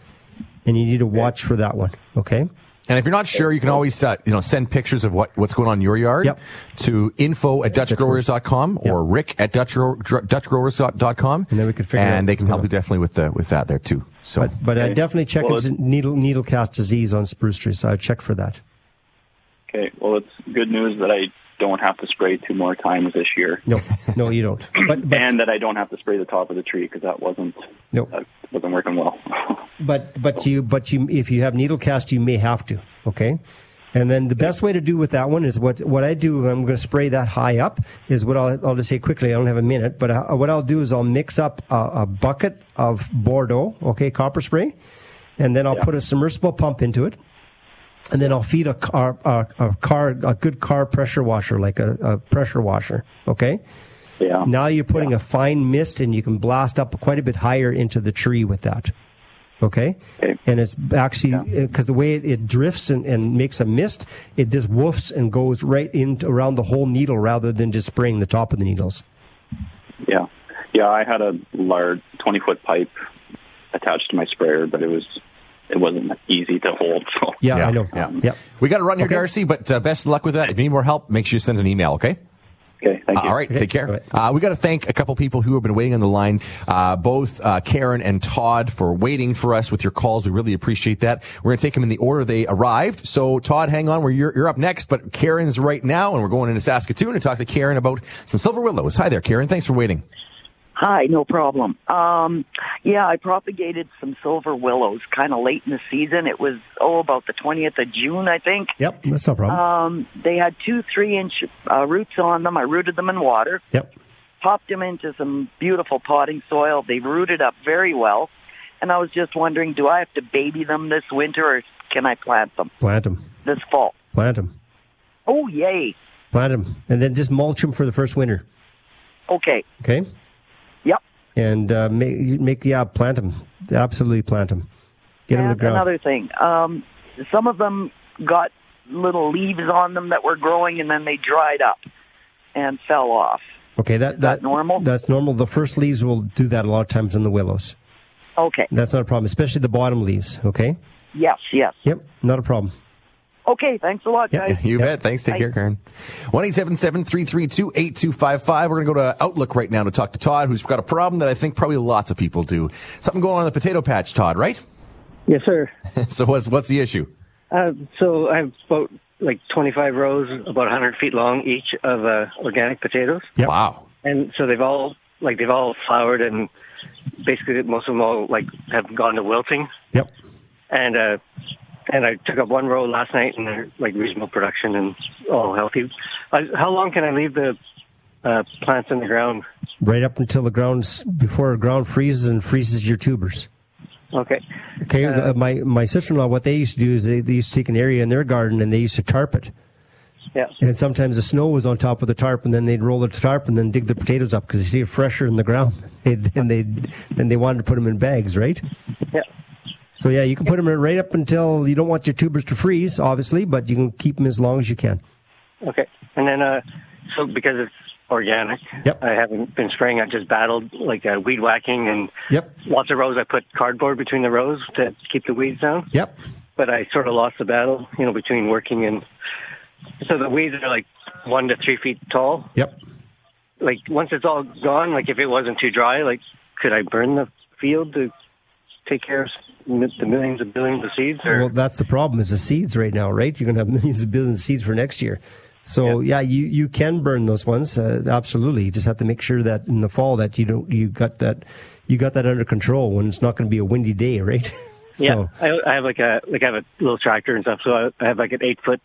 and you need to watch for that one. Okay,
And if you're not sure, you can always uh, you know send pictures of what, what's going on in your yard
Yep.
to info at dutchgrowers.com or rick at Dutch, dutchgrowers.com.
And then we can figure
And
out-
they can help you definitely with the with that there too. So
but but I
Okay.
definitely check
Well,
into
it-
needle needle cast disease on spruce trees. I would check for that.
Okay. Well, it's good news that I don't have to spray two more times this year,
No, no, you don't. But but
and that I don't have to spray the top of the tree because that wasn't
no,
that wasn't working well.
but but you but you if you have needle cast, you may have to. Okay. And then the best way to do with that one is what what I do. I'm going to spray that high up. Is what I'll I'll just say quickly. I don't have a minute, but I, what I'll do is I'll mix up a, a bucket of Bordeaux, okay, copper spray, and then I'll put a submersible pump into it, and then I'll feed a car a, a car a good car pressure washer like a, a pressure washer, okay.
yeah.
Now you're putting a fine mist and you can blast up quite a bit higher into the tree with that. Okay?
Okay.
And it's actually because the way it, it drifts and, and makes a mist, it just woofs and goes right into around the whole needle rather than just spraying the top of the needles.
Yeah. Yeah, I had a large 20 foot pipe attached to my sprayer, but it was it wasn't easy to hold. So
Yeah, I know.
Yeah.
Yep.
we got to run here,
Okay.
Darcy. But uh, best of luck with that. If you need more help, make sure you send an email. Okay.
okay, thank you.
All right, take care.
All right.
Uh, we got to thank a couple people who have been waiting on the line, uh, both uh, Karen and Todd, for waiting for us with your calls. We really appreciate that. We're going to take them in the order they arrived. So, Todd, hang on, we're, you're, you're up next, but Karen's right now, and we're going into Saskatoon to talk to Karen about some silver willows. Hi there, Karen. Thanks for waiting.
Hi, no problem. Um, yeah, I propagated some silver willows kind of late in the season. It was, oh, about the 20th of June, I think.
Yep. That's no
Uh,
problem.
Um, they had two three inch uh, roots on them. I rooted them in water,
yep.
popped them into some beautiful potting soil. They rooted up very well. And I was just wondering, do I have to baby them this winter or can I plant them
Plant them.
this fall?
Plant them.
Oh, yay.
Plant them. And then just mulch them for the first winter.
Okay.
Okay?
Yep.
And uh, make, make, yeah, plant them. Absolutely plant them. Get them to
That's
the ground.
another thing. Um, some of them got little leaves on them that were growing, and then they dried up and fell off.
Okay, that,
that normal?
That's normal. The first leaves will do that a lot of times in the willows.
Okay.
That's not a problem, especially the bottom leaves. Okay.
Yes. Yes.
Yep, not a problem.
Okay, thanks a lot, guys.
You bet. Thanks. Take care, Karen. 1 332 8255. We're going to go to Outlook right now to talk to Todd, who's got a problem that I think probably lots of people do. Something going on in the potato patch, Todd, right?
Yes, sir.
so, what's, what's the issue?
Uh, so I have about like 25 rows, about 100 feet long each of uh, organic potatoes,
Wow.
and so they've all like they've all flowered and basically most of them all like have gone to wilting.
Yep.
And uh, and I took up one row last night, and they're like reasonable production and all healthy. Uh, how long can I leave the uh, plants in the ground?
Right up until the ground, before the ground freezes and freezes your tubers.
Okay.
Okay, uh, my my sister in law, what they used to do is they, they used to take an area in their garden and they used to tarp it.
Yeah.
And sometimes the snow was on top of the tarp, and then they'd roll the tarp and then dig the potatoes up because you see it fresher in the ground. They'd, and they then they wanted to put them in bags, right?
Yeah.
So yeah, you can put them in right up until you don't want your tubers to freeze, obviously, but you can keep them as long as you can.
Okay. And then, uh, so because it's organic, I haven't been spraying. I've just battled like uh, weed whacking and
Yep.
lots of rows. I put cardboard between the rows to keep the weeds down.
Yep.
But I sort of lost the battle, you know, between working and so the weeds are like one to three feet tall.
Yep.
Like once it's all gone, like if it wasn't too dry, like could I burn the field to take care of mi- the millions and billions of seeds? Or
Well, that's the problem is the seeds right now, right? You're going to have millions of billions of seeds for next year. So yeah, you, you can burn those ones. Uh, absolutely. You just have to make sure that in the fall that you don't, you got that, you got that under control when it's not going to be a windy day, right?
Yeah, I, I have like a like I have a little tractor and stuff, so I, I have like an eight foot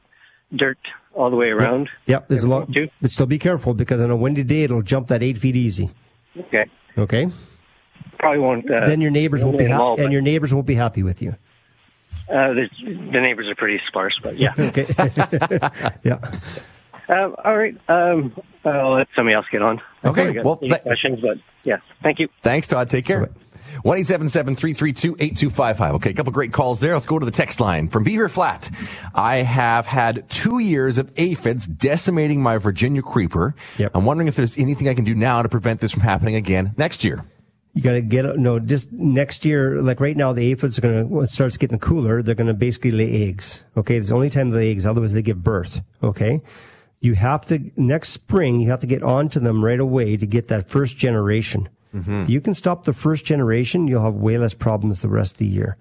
dirt all the way around.
Yep. There's a lot, but still be careful because on a windy day, it'll jump that eight feet easy.
Okay,
Okay.
probably won't. Uh,
then your neighbors won't be
won't
happy
involve,
and your neighbors won't be happy with you.
Uh, the, the neighbors are pretty sparse, but yeah.
okay. yeah.
Um, all right. Um, I'll let somebody else get on.
Okay,
I got
well,
any
tha-
questions, but yeah. Thank you.
Thanks, Todd. Take care. 1 332 8255. Okay, a couple great calls there. Let's go to the text line. From Beaver Flat, I have had two years of aphids decimating my Virginia creeper. I'm wondering if there's anything I can do now to prevent this from happening again next year.
You got to get no. Just next year, like right now, the aphids are going to it starts getting cooler. They're going to basically lay eggs. Okay, it's the only time they lay eggs. Otherwise, they give birth. Okay, you have to next spring. You have to get onto them right away to get that first generation. If you can stop the first generation, you'll have way less problems the rest of the year.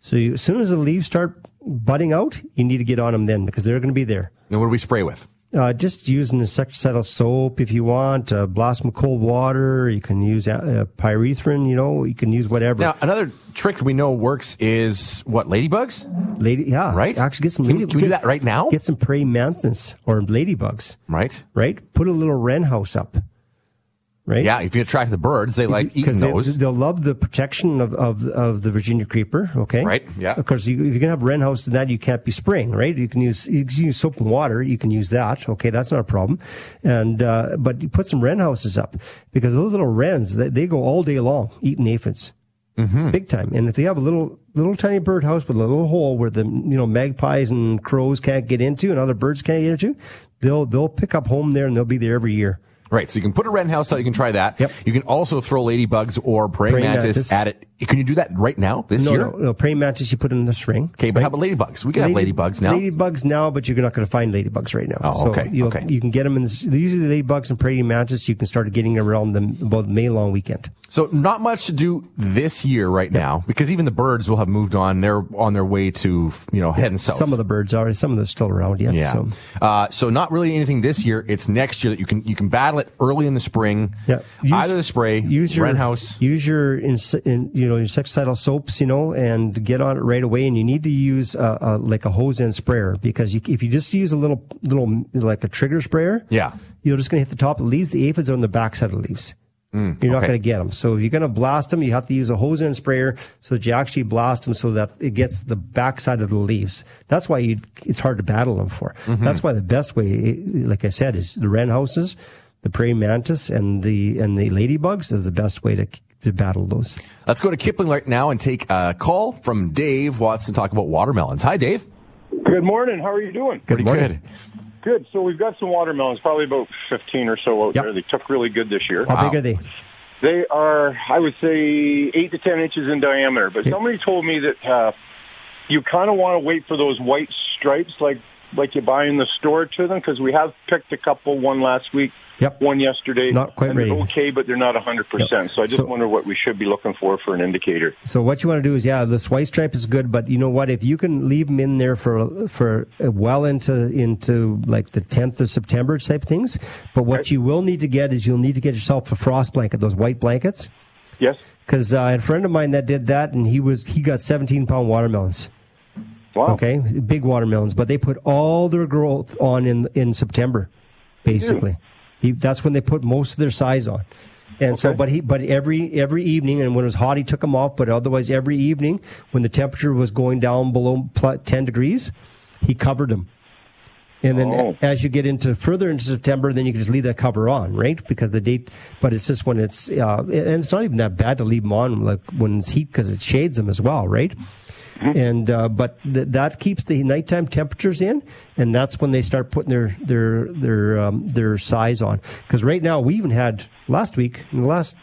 So you, as soon as the leaves start budding out, you need to get on them then because they're going to be there.
And what do we spray with?
Uh, just use an insecticidal soap if you want. Uh, blossom of cold water. You can use uh, uh, pyrethrin. You know, you can use whatever.
Now, another trick we know works is what, ladybugs?
Lady, yeah,
Right?
Actually, get some.
Can we-
lady-
can we do that right now?
Get some praying mantis or ladybugs.
Right.
Right. Put a little wren house up. Right.
Yeah, if you attract the birds, they like eating
Because they,
those.
they'll love the protection of, of, of the Virginia creeper. Okay.
Right, yeah.
Of course, you, if you can have wren house and that, you can't be spraying, right? You can use, you can use soap and water. You can use that. Okay. That's not a problem. And, uh, but you put some wren houses up because those little wrens, they, they go all day long eating aphids.
Mm-hmm.
Big time. And if they have a little, little tiny birdhouse with a little hole where the, you know, magpies and crows can't get into and other birds can't get into, they'll, they'll pick up home there and they'll be there every year.
Right, so you can put a wren house out. You can try that. Yep. You can also throw ladybugs or praying
Praying
mantis,
mantis.
at it. Can you do that right now this
no,
year?
No, no, praying mantis you put in the spring.
Okay, but how about ladybugs? We can
Lady-
have ladybugs now.
Ladybugs now, but you're not going to find ladybugs right now.
Oh, okay,
you'll-
okay.
You can get them in the, usually the ladybugs and praying mantis. You can start getting around them about May long weekend.
So not much to do this year right now because even the birds will have moved on. They're on their way to you know heading south.
Some of the birds are, some of them are still around. Yes,
yeah.
So,
Uh, so not really anything this year. It's next year that you can you can battle it early in the spring.
yeah. Use-
Either the spray,
use your
wren house.
use your inse- in, you know insecticidal soaps, you know, and get on it right away. And you need to use uh, uh, like a hose and sprayer because you, if you just use a little little like a trigger sprayer,
Yeah.
you're just going to hit the top of the leaves. The aphids are on the backside of the leaves. you're not
okay.
going to get them. So if you're going to blast them, you have to use a hose and sprayer so that you actually blast them so that it gets the backside of the leaves. That's why you, it's hard to battle them for. That's why the best way, like I said, is the wren houses, the praying mantis, and the and the ladybugs is the best way to to battle those.
Let's go to Kipling right now and take a call from Dave Watts to talk about watermelons. Hi, Dave.
Good morning. How are you doing?
Pretty good.
Good. So we've got some watermelons, probably about 15 or so out there. They took really good this year.
How big are they?
They are, I would say, 8 to 10 inches in diameter. But somebody told me that uh, you kind of want to wait for those white stripes like like you buy in the store to them because we have picked a couple one last week
Yep.
one yesterday
Not quite
and they're
ready.
okay but they're not 100% so i just
So-
wonder what we should be looking for for an indicator
So what you want to do is, yeah, this white stripe is good, but you know what? If you can leave them in there for for uh, well into into like the tenth of September type things, but what you will need to get is you'll need to get yourself a frost blanket, those white blankets,
yes
because uh, I had a friend of mine that did that, and he was he got seventeen pound watermelons.
Wow.
Okay, big watermelons, but they put all their growth on in in September, basically. He, that's when they put most of their size on. And so, but he, but every every evening, and when it was hot, he took them off. But otherwise, every evening, when the temperature was going down below pl- ten degrees, he covered them. And then
Oh.
as you get into further into September, then you can just leave that cover on, right? Because the date, but it's just when it's, uh, and it's not even that bad to leave them on like when it's heat because it shades them as well, right? And uh, but th- that keeps the nighttime temperatures in, and that's when they start putting their their their um, their size on. Because right now we even had last week in the last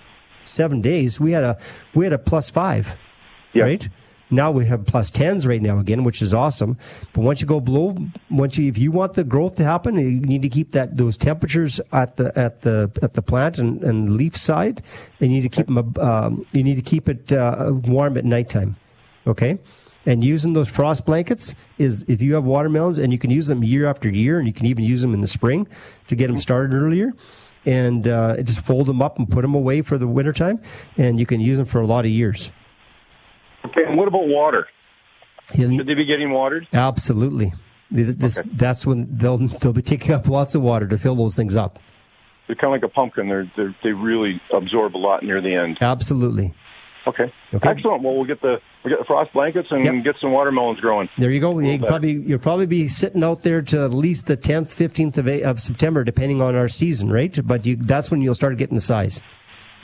seven days we had a we had a plus five right? Now we have plus tens right now again, which is awesome. But once you go below, once you if you want the growth to happen, you need to keep that those temperatures at the at the at the plant and, and leaf side. You need to keep them. ab- Um, you need to keep it uh, warm at nighttime, okay? And using those frost blankets is if you have watermelons and you can use them year after year, and you can even use them in the spring to get them started earlier and uh, just fold them up and put them away for the wintertime, and you can use them for a lot of years.
okay and what about water
You'll-
should they be getting watered
Absolutely. This, this, That's when they'll they'll be taking up lots of water to fill those things up.
they're kind of like a pumpkin they're, they're they really absorb a lot near the end
Absolutely.
okay, excellent well we'll get the we'll get the frost blankets and get some watermelons growing
There you go. You
better.
probably you'll probably be sitting out there to at least the tenth, fifteenth of, A- of September, depending on our season, right? But you, that's when you'll start getting the size.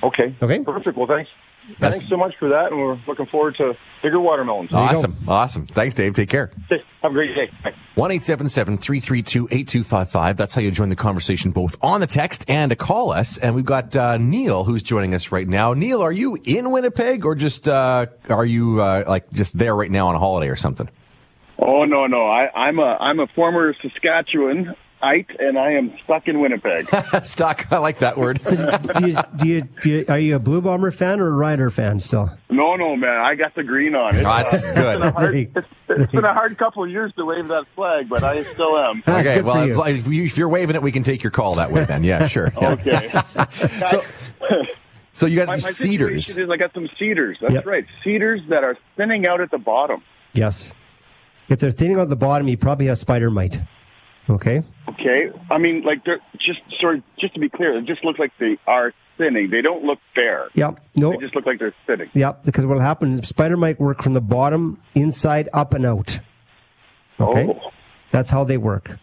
okay
okay
perfect well thanks
That's-
thanks so much for that and we're looking forward to bigger watermelons
Awesome. Awesome. Thanks, Dave. Take care.
have a great day Bye.
1 332 8255. That's how you join the conversation both on the text and to call us. And we've got uh, Neil who's joining us right now. Neil, are you in Winnipeg or just uh, are you uh, like just there right now on a holiday or something?
Oh no, no. I, I'm a I'm a former Saskatchewanite, and I am stuck in Winnipeg.
Stuck. I like that word.
do, you, do, you, do you are you a Blue Bomber fan or a Rider fan still?
no, no, man. I got the green on. It's,
Oh, that's
uh,
good.
It's been, a hard,
it's,
it's been a hard couple of years to wave that flag, but I still am.
Okay, well, as long- if, you, if you're waving it, we can take your call that way then. Yeah, sure. Yeah.
okay. so,
So you got
my,
these
my
cedars.
situation Is I got some cedars. That's
Yep.
right. Cedars that are thinning out at the bottom.
Yes. If they're thinning on the bottom, you probably have spider mite. Okay.
Okay. I mean, like they're just sort of, just to be clear, it just looks like they are thinning. They don't look bare.
Yep. No.
They just look like they're thinning.
Yep, because what'll happen is spider might work from the bottom, inside, up, and out. Okay, that's how they work.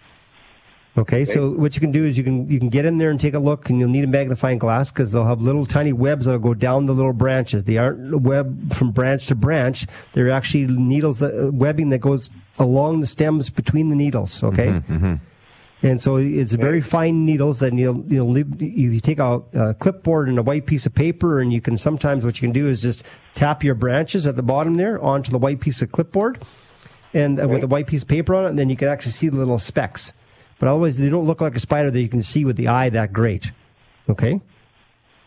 Okay, so what you can do is you can you can get in there and take a look, and you'll need a magnifying glass because they'll have little tiny webs that'll go down the little branches. They aren't web from branch to branch; they're actually needles that webbing that goes along the stems between the needles. Okay.
Mm-hmm.
And so it's very fine needles that you'll, you'll leave, you take a, a clipboard and a white piece of paper and you can sometimes what you can do is just tap your branches at the bottom there onto the white piece of clipboard and uh, with a white piece of paper on it and then you can actually see the little specks. But otherwise they don't look like a spider that you can see with the eye that great. Okay?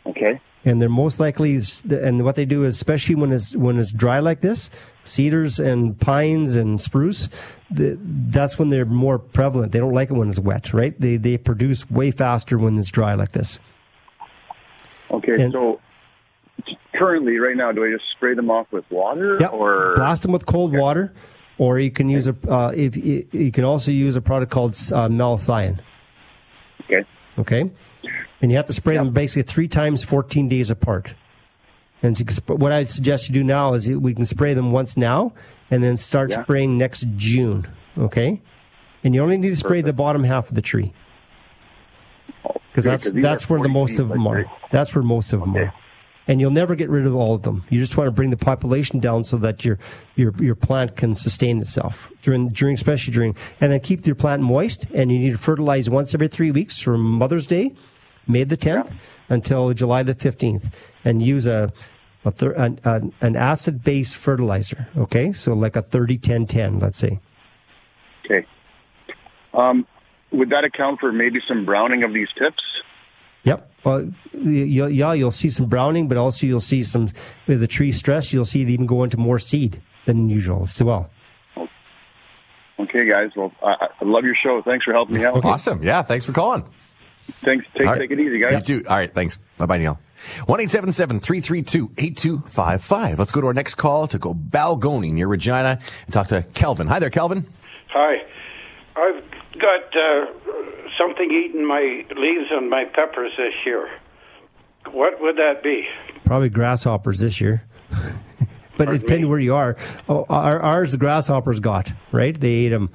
Okay.
and they're most likely and what they do is especially when it's when it's dry like this cedars and pines and spruce the, that's when they're more prevalent they don't like it when it's wet right they they produce way faster when it's dry like this
Okay. so currently, right now, do I just spray them off with water
Yep.
or?
blast them with cold water or you can use a uh, if you, you can also use a product called uh, malathion
Okay.
Okay. And you have to spray them basically three times, 14 days apart. And so you can sp- what I suggest you do now is you- we can spray them once now and then start
Yeah.
spraying next June. Okay. And you only need to spray the bottom half of the tree. Because
Yeah,
that's
'cause these
that's
are
where the
40
most
feet,
of them
like,
are.
right?
That's where most of them are, and you'll never get rid of all of them. You just want to bring the population down so that your your your plant can sustain itself during during especially during and then keep your plant moist. And you need to fertilize once every three weeks from Mother's Day, May the tenth, until July the fifteenth, and use a a thir- an, an, an acid base fertilizer. Okay, so like a 30 10 10, let's say.
Okay. Um, would that account for maybe some browning of these tips?
Yep. Well, you, yeah, you'll see some browning, but also you'll see some with the tree stress. You'll see it even go into more seed than usual as well.
Okay, guys. Well, I, I love your show. Thanks for helping me out.
Awesome. Yeah. Thanks for calling.
Thanks. Take,
All right.
take it easy, guys.
You too. All right. Thanks. Bye bye, Neil. 1 332 8255. Let's go to our next call to go Balgoni near Regina and talk to Kelvin. Hi there, Kelvin.
Hi. I've got uh, something eating my leaves on my peppers this year. What would that be?
Probably grasshoppers this year. but it depends where you are. Oh, our, ours, the grasshoppers got, right? They ate them.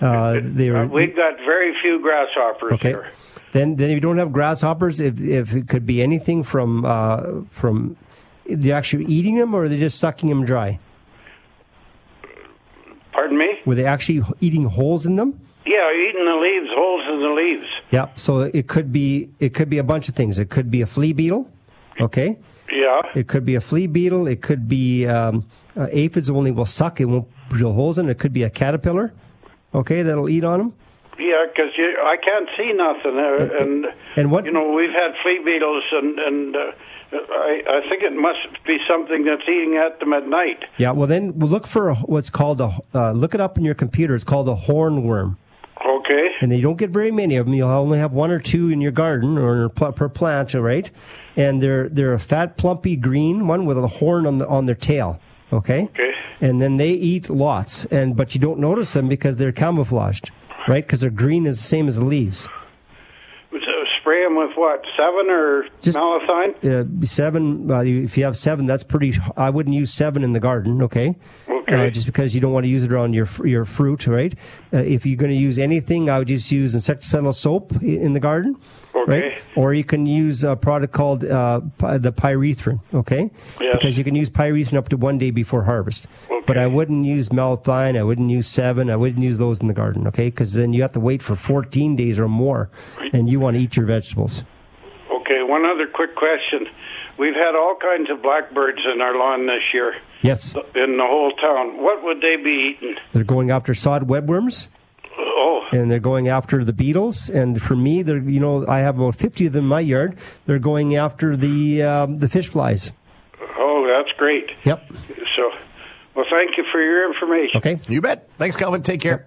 Uh, they were,
We've got very few grasshoppers
Okay.
here.
Then, then if you don't have grasshoppers, if if it could be anything from uh, from they actually eating them or are they just sucking them dry?
Pardon me?
Were they actually eating holes in them?
Yeah, eating the leaves, holes in the leaves.
Yeah. So it could be it could be a bunch of things. It could be a flea beetle. Okay.
Yeah.
It could be a flea beetle. It could be um, uh, aphids only will suck. It won't drill holes in. It It could be a caterpillar. Okay, that'll eat on them.
Yeah, because I can't see nothing, uh, and
And what-
you know we've had flea beetles, and and uh, I I think it must be something that's eating at them at night.
Yeah. Well, then we'll look for a, what's called a uh, look it up in your computer. It's called a hornworm.
Okay.
and you don't get very many of them. You'll only have one or two in your garden or in your pl- per plant, all right? And they're they're a fat, plumpy green one with a horn on the on their tail. Okay. Okay. And then they eat lots, and but you don't notice them because they're camouflaged, right? Because they're green is the same as the leaves.
So spray them with what seven or malathion?
Uh, seven. Uh, you- if you have seven, that's pretty. I wouldn't use seven in the garden. Okay. Okay. Uh, just because you don't want to use it around your fr- your fruit, right? Uh, if you're going to use anything, I would just use insecticidal soap i- in the garden. Right? Or you can use a product called uh, pi- the pyrethrin. Okay.
Yes.
Because you can use pyrethrin up to one day before harvest. But I wouldn't use malathion. I wouldn't use seven. I wouldn't use those in the garden. Okay. Because then you have to wait for 14 days or more, and you want to eat your vegetables.
Okay. One other quick question: We've had all kinds of blackbirds in our lawn this year,
Yes.
in the whole town. What would they be eating?
They're going after sod webworms.
Oh.
And they're going after the beetles. And for me, they're you know I have about fifty of them in my yard. They're going after the um, the fish flies.
Oh, that's great.
Yep.
So, well, thank you for your information.
Okay.
You bet. Thanks, Kelvin. Take care.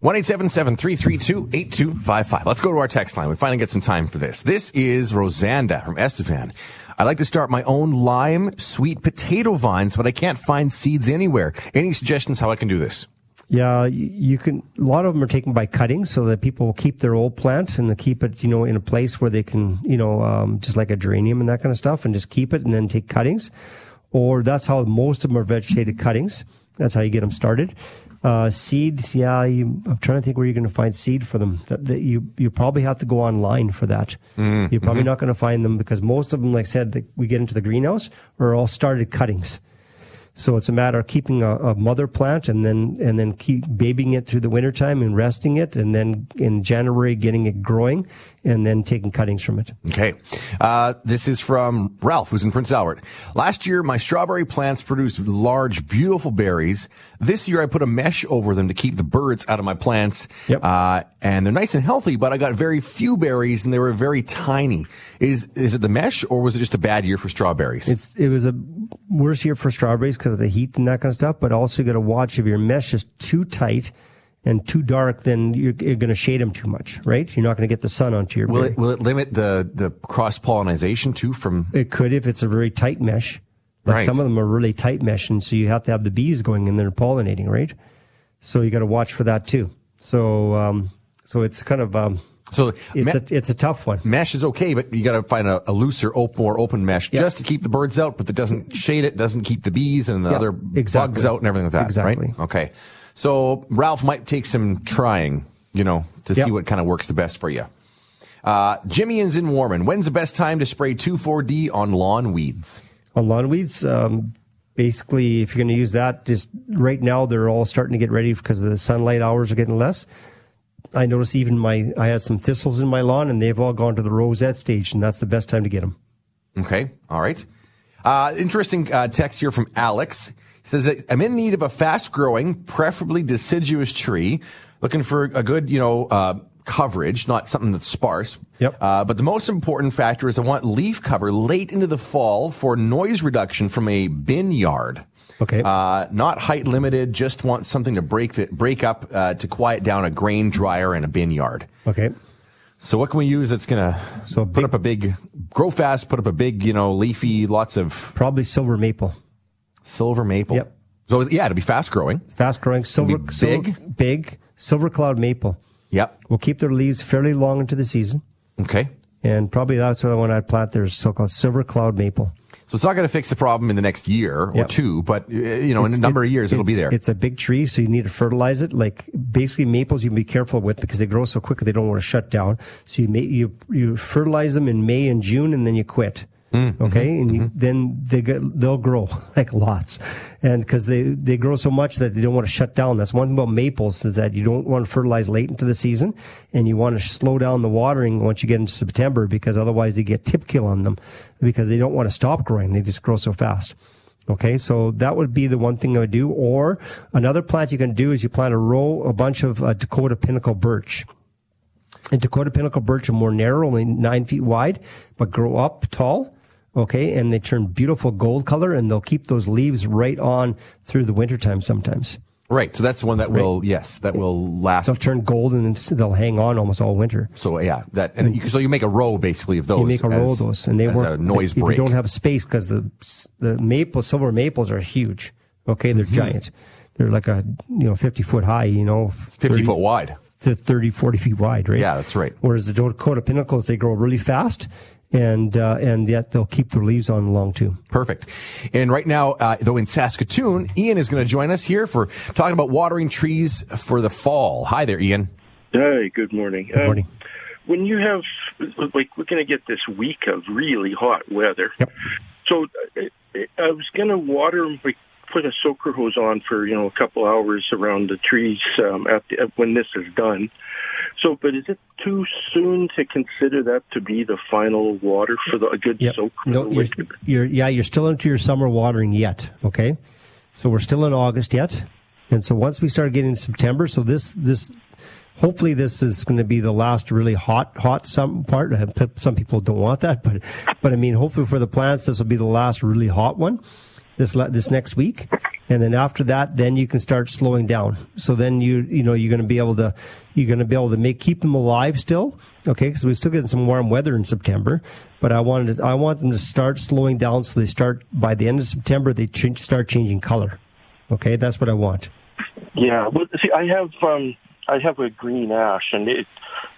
One eight seven seven three three two eight two five five. Let's go to our text line. We finally get some time for this. This is Rosanda from Estevan. I'd like to start my own lime sweet potato vines, but I can't find seeds anywhere. Any suggestions how I can do this?
Yeah, you- you can. A lot of them are taken by cutting, so that people will keep their old plant and they keep it, you know, in a place where they can, you know, um, just like a geranium and that kind of stuff, and just keep it and then take cuttings. Or that's how most of them are vegetated cuttings. That's how you get them started. Uh, seeds, yeah. You, I'm trying to think where you're going to find seed for them. That, that you you probably have to go online for that.
Mm,
You're probably
mhm.
not going to find them because most of them, like I said, that we get into the greenhouse are all started cuttings. So it's a matter of keeping a, a mother plant and then and then keep babying it through the wintertime and resting it, and then in January getting it growing, and then taking cuttings from it.
Okay. Uh, this is from Ralph, who's in Prince Albert. Last year, my strawberry plants produced large, beautiful berries. This year, I put a mesh over them to keep the birds out of my plants. Uh, and they're nice and healthy, but I got very few berries and they were very tiny. Is, is it the mesh or was it just a bad year for strawberries?
It's it was a worse year for strawberries because of the heat and that kind of stuff. But also you got to watch if your mesh is too tight and too dark, then you're, you're going to shade them too much, right? You're not going to get the sun onto your.
will
berry.
it, will it limit the, the cross pollination too from
It could if it's a very tight mesh. Like
Right.
some of them are really tight mesh, and so you have to have the bees going in there pollinating, right? So you got to watch for that too. So, um, so it's kind of um,
so
it's
me-
a it's a tough one.
mesh is okay, but you got to find a, a looser, op- more open mesh just to keep the birds out, but that doesn't shade it, doesn't keep the bees and the
Yeah,
other
exactly.
bugs out and everything like that.
Exactly.
Right? Okay. So Ralph might take some trying, you know, to see what kind of works the best for you. Uh, Jimmy is in Warman. When's the best time to spray 2,4-D on lawn weeds?
On lawn weeds, um, basically, if you're going to use that, just right now they're all starting to get ready because the sunlight hours are getting less. I notice even my I had some thistles in my lawn, and they've all gone to the rosette stage, and that's the best time to get them.
Okay. All right. Uh, interesting uh, text here from Alex. He says, I'm in need of a fast growing, preferably deciduous tree, looking for a good, you know, uh, coverage, not something that's sparse. Yep. Uh, but the most important factor is I want leaf cover late into the fall for noise reduction from a bin yard.
Okay.
Uh, not height limited, just want something to break, the, break up uh, to quiet down a grain dryer and a bin yard.
Okay.
So what can we use that's going to put up a big, grow fast, put up a big, you know, leafy, lots of.
Probably silver maple.
Silver maple. Yep. So yeah, it'll be fast growing.
Fast growing silver,
Be
silver-
big?
big silver cloud maple.
Yep.
Will keep their leaves fairly long into the season,
Okay.
and probably that's the one I'd plant. There's so-called silver cloud maple.
So it's not going to fix the problem in the next year or
Yep.
two, but uh, you know, in a
It's-
number of
it's-
years, it'll be
it's-
there.
It's a big tree, so you need to fertilize it. Like basically, maples you can be careful with because they grow so quick they don't want to shut down. So you may, you you fertilize them in May and June, and then you quit.
Mm-hmm.
Okay, and you, then they get, they'll grow like lots, and because they they grow so much that they don't want to shut down. That's one thing about maples is that you don't want to fertilize late into the season, and you want to slow down the watering once you get into September because otherwise they get tip kill on them because they don't want to stop growing. They just grow so fast. Okay, so that would be the one thing I would do. Or another plant you can do is you plant a row, a bunch of uh, Dakota pinnacle birch. And Dakota pinnacle birch are more narrow, only nine feet wide, but grow up tall. Okay, and they turn beautiful gold color, and they'll keep those leaves right on through the wintertime sometimes.
right. So that's the one that will, yes, that will last.
They'll turn gold, and then they'll hang on almost all winter.
So yeah, that and you, so you make a row basically of those.
Mm. You make a roll of
as-
those, and they
as
work.
a noise
if you
break.
don't have space because the the maple silver maples are huge. Okay,
Mm-hmm.
they're giant. They're like a you know fifty foot high. You know,
50 foot wide.
to 30, 40 feet wide, right?
Yeah, that's right.
Whereas the Dakota pinnacles, they grow really fast, and uh, and yet they'll keep their leaves on long too.
Perfect. And right now, uh, though in Saskatoon, Ian is going to join us here for talking about watering trees for the fall. Hi there, Ian.
Hey, good morning.
Good morning.
when you have, like, we're going to get this week of really hot weather. So uh, I was going to water them, we put a soaker hose on for, you know, a couple hours around the trees um, at the, when this is done. So, but is it too soon to consider that to be the final water for the, a good soak? for
No,
the
you're,
winter?
you're yeah, you're still into your summer watering yet. Okay, so we're still in August yet, and so once we start getting September, so this this hopefully this is going to be the last really hot hot some part. Some people don't want that, but but I mean, hopefully for the plants, this will be the last really hot one this la- this next week, and then after that, then you can start slowing down. So then you you know you're going to be able to you're going to be able to make keep them alive still, okay? Because we're still getting some warm weather in September, but I wanted to, I want them to start slowing down so they start by the end of September they change, start changing color, okay? That's what I want.
Yeah, well, see, I have um, I have a green ash, and it,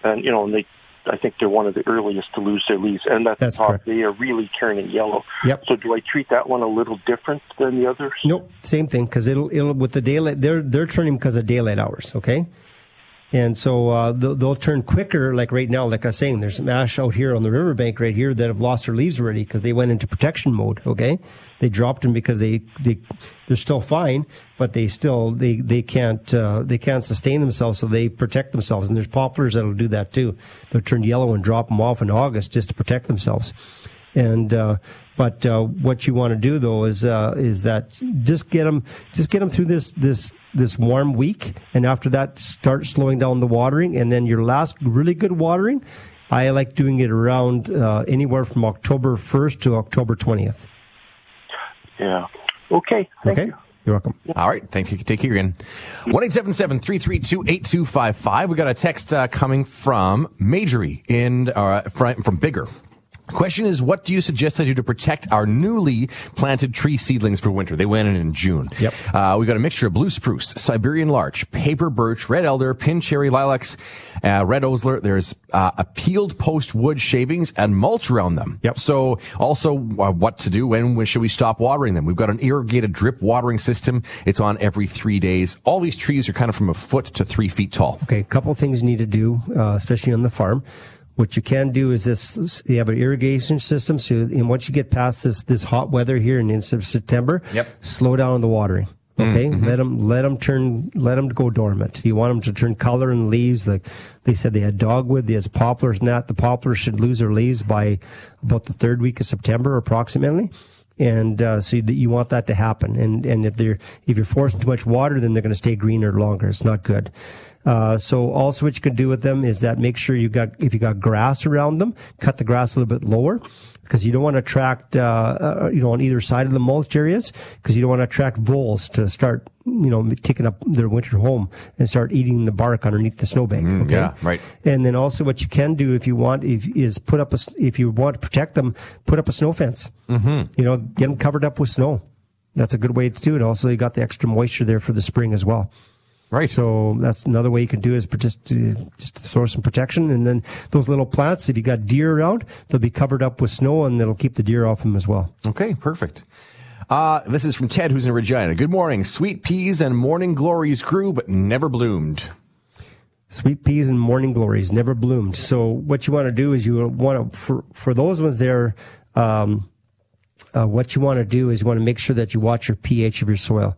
and you know, and they, I think they're one of the earliest to lose their leaves, and at
That's
the top
correct.
they are really turning yellow.
Yep.
So do I treat that one a little different than the others?
Nope, same thing because it'll it'll with the daylight they're they're turning because of daylight hours, okay? And so uh, they'll, they'll turn quicker, like right now, like I was saying, there's some ash out here on the riverbank right here that have lost their leaves already because they went into protection mode. Okay, they dropped them because they they they're still fine, but they still they they can't uh, they can't sustain themselves, so they protect themselves. And there's poplars that'll do that too. They'll turn yellow and drop them off in August just to protect themselves. And uh, but uh, what you want to do though is uh, is that just get them just get them through this this this warm week, and after that start slowing down the watering, and then your last really good watering. I like doing it around uh, anywhere from October 1st to October 20th.
Um, Yeah. Okay. Thank
okay. You're welcome.
All right. Thank you. Take care, Ian. 1 332 8255. We got a text uh, coming from Majory in, uh, from, from Bigger. Question is, what do you suggest I do to protect our newly planted tree seedlings for winter? They went in in June. Yep. Uh, we got a mixture of blue spruce, Siberian larch, paper birch, red elder, pin cherry, lilacs, uh, red osier. There's uh, a peeled post wood shavings and mulch around them. Yep. So also uh, what to do when, when should we stop watering them? We've got an irrigated drip watering system. It's on every three days. All these trees are kind of from a foot to three feet tall.
Okay, a couple things you need to do, uh, especially on the farm. What you can do is this: you have an irrigation system. So, and once you get past this this hot weather here in into September,
Yep.
slow down on the watering. Okay, let them let them turn let them go dormant. You want them to turn color and leaves. Like they said, they had dogwood, they had poplars, and that the poplars should lose their leaves by about the third week of September, approximately and uh, so that you want that to happen. And and if they're if you're forcing too much water, then they're going to stay greener longer. It's not good. Uh, so also what you can do with them is that make sure you got if you got grass around them, cut the grass a little bit lower because you don't want to attract uh, uh, you know on either side of the mulch areas because you don't want to attract voles to start you know taking up their winter home and start eating the bark underneath the snowbank.
Mm,
okay?
Yeah, right.
And then also what you can do if you want if, is put up a s- if you want to protect them, put up a snow fence.
Mm-hmm.
You know, get them covered up with snow. That's a good way to do it. Also, you got the extra moisture there for the spring as well.
Right.
So that's another way you can do is pr- just to, just to throw some protection, and then those little plants. If you got deer around, they'll be covered up with snow, and it'll keep the deer off them as well.
Okay, perfect. Uh, this is from Ted, who's in Regina. Good morning. Sweet peas and morning glories grew, but never bloomed.
Sweet peas and morning glories never bloomed. So what you want to do is you want to for for those ones there. Um, uh, what you want to do is you want to make sure that you watch your pH of your soil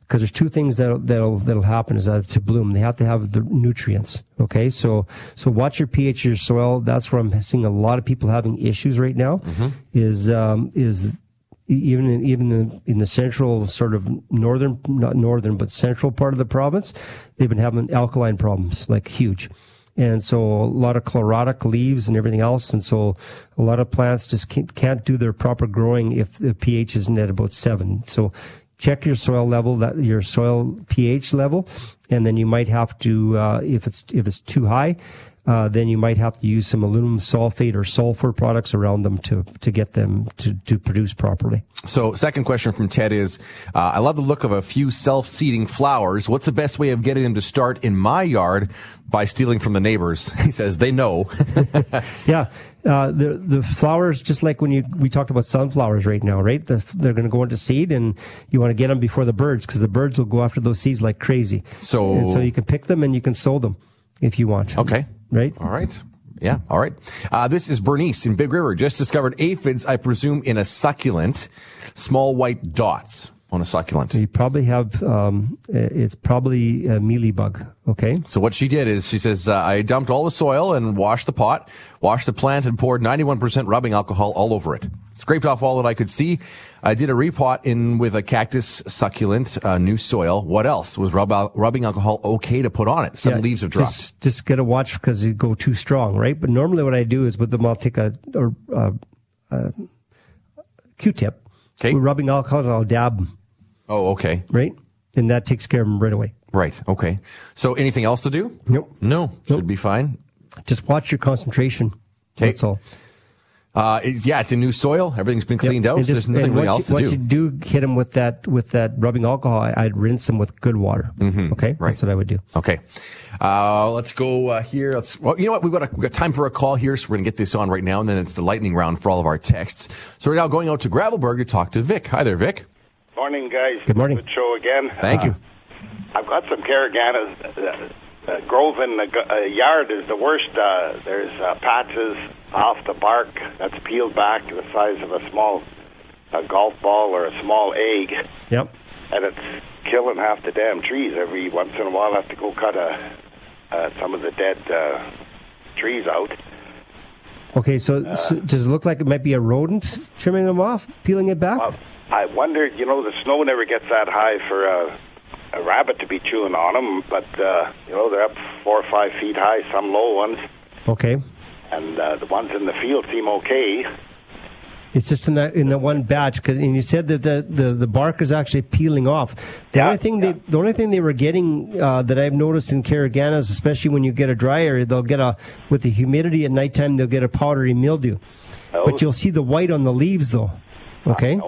because there's two things that'll that'll that'll happen is that to bloom they have to have the nutrients. Okay, so so watch your pH of your soil. That's where I'm seeing a lot of people having issues right now. Is um, is even in, even in, in the central sort of northern not northern but central part of the province they've been having alkaline problems like huge and so a lot of chlorotic leaves and everything else and so a lot of plants just can't, can't do their proper growing if the ph isn't at about seven so check your soil level that your soil ph level and then you might have to uh, if it's if it's too high uh, then you might have to use some aluminum sulfate or sulfur products around them to to get them to, to produce properly.
So, second question from Ted is uh, I love the look of a few self seeding flowers. What's the best way of getting them to start in my yard by stealing from the neighbors? He says they know.
Yeah, uh, the the flowers just like when you we talked about sunflowers right now, right? The, they're going to go into seed, and you want to get them before the birds because the birds will go after those seeds like crazy.
So-
and so you can pick them and you can sow them if you want.
Okay.
Right?
All right. Yeah. All right. Uh, this is Bernice in Big River. Just discovered aphids, I presume, in a succulent. Small white dots on a succulent.
You probably have um, it's probably a mealy bug. Okay.
So what she did is she says, uh, I dumped all the soil and washed the pot, washed the plant and poured 91% rubbing alcohol all over it. Scraped off all that I could see. I did a repot in with a cactus succulent, uh, new soil. What else was rub al- rubbing alcohol okay to put on it? Some
Yeah,
leaves have dropped.
Just, just gotta watch because you go too strong, right? But normally, what I do is with them, I'll take a or uh, uh, Q-tip.
Okay.
We're rubbing alcohol. I'll dab, 'em,
oh, okay.
right, and that takes care of them right away.
Right. Okay. So anything else to do?
Nope.
No. Should be fine.
Just watch your concentration. That's all.
Uh, it's, yeah, it's in new soil. Everything's been cleaned out.
And
Oh, so
just-
There's nothing
and
really
once
else
you,
to do.
once you do hit them with that with that rubbing alcohol, I, I'd rinse them with good water. Mm-hmm. Okay, right. that's what I would do.
Okay. Uh, let's go uh, here. Let's. Well, you know what? We've got, a, we've got time for a call here, so we're going to get this on right now, and then it's the lightning round for all of our texts. So we're now going out to Gravelburg to talk to Vic. Hi there, Vic.
Morning, guys.
Good morning.
Good show again.
Thank
Uh,
you.
I've got some carrageenas. Uh, uh, grove in the g- uh, yard is the worst. Uh, there's uh, patches off the bark that's peeled back the size of a small a golf ball or a small egg,
Yep.
and it's killing half the damn trees. Every once in a while, I have to go cut a, uh, some of the dead uh, trees out.
Okay, so, so does it look like it might be a rodent trimming them off, peeling it
Uh,
back?
I wondered, you know, the snow never gets that high for a, a rabbit to be chewing on them, but, uh, you know, they're up four or five feet high, some low ones,
okay.
and uh, the ones in the field seem okay.
It's just in that in that one batch because and you said that the, the, the bark is actually peeling off. The only thing they the only thing they were getting uh, that I've noticed in carrageenas, especially when you get a dry area, they'll get a with the humidity at nighttime they'll get a powdery mildew. But you'll see the white on the leaves though. Okay,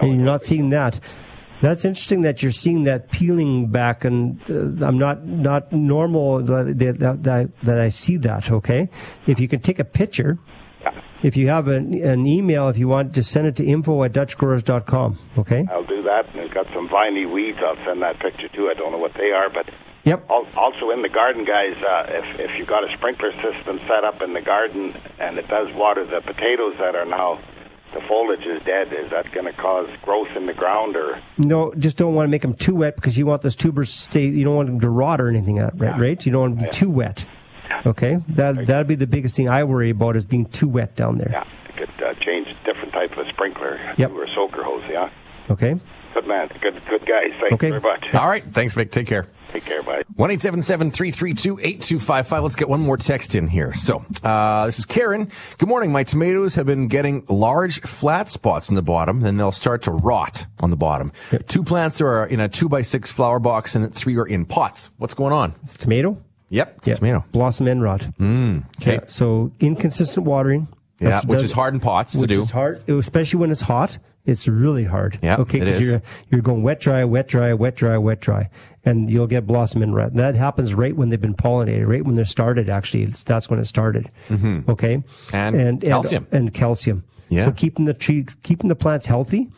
and you're not seeing that. That's interesting that you're seeing that peeling back, and uh, I'm not not normal that, that, that, that I see that. Okay, if you can take a picture, if you have an, an email, if you want, just send it to info at dutchgrowers.com. Okay.
I'll do that, and I've got some viney weeds. I'll send that picture too. I don't know what they are, but
Yep.
al- also in the garden, guys, uh, if, if you've got a sprinkler system set up in the garden and it does water the potatoes that are now, the foliage is dead, is that going to cause growth in the ground or?
No, just don't want to make them too wet because you want those tubers to stay. You don't want them to rot or anything, out, right? Right? You don't want them to be too wet. Okay. That that'd be the biggest thing I worry about is being too wet down there.
Yeah, it could uh, change different different type of sprinkler.
Yep.
You were soaker hose, yeah.
Okay.
Good man. Good good guys. Thanks
Okay.
very much.
All right. Thanks, Mick. Take care.
Take care. Bye.
One eight seven seven three three two eight two five five. Let's get one more text in here. So uh, this is Karen. Good morning. My tomatoes have been getting large flat spots in the bottom, and they'll start to rot on the bottom. Two plants are in a two by six flower box, and three are in pots. What's going on?
It's tomato.
Yep, it's tomato.
Blossom end rot.
Mm, okay.
Yeah, so inconsistent watering.
Yeah,
That's-
which
does-
is hard in pots to
which
do.
is hard, especially when it's hot. It's really hard.
Yeah,
Okay.
it
'cause
is.
you're you're going wet dry, wet dry, wet dry, wet dry, and you'll get blossom end rot. That happens right when they've been pollinated, right when they're started. Actually, it's, that's when it started.
Mhm.
Okay.
And calcium.
and, calcium.
Yeah.
So keeping the tree, keeping the plants healthy.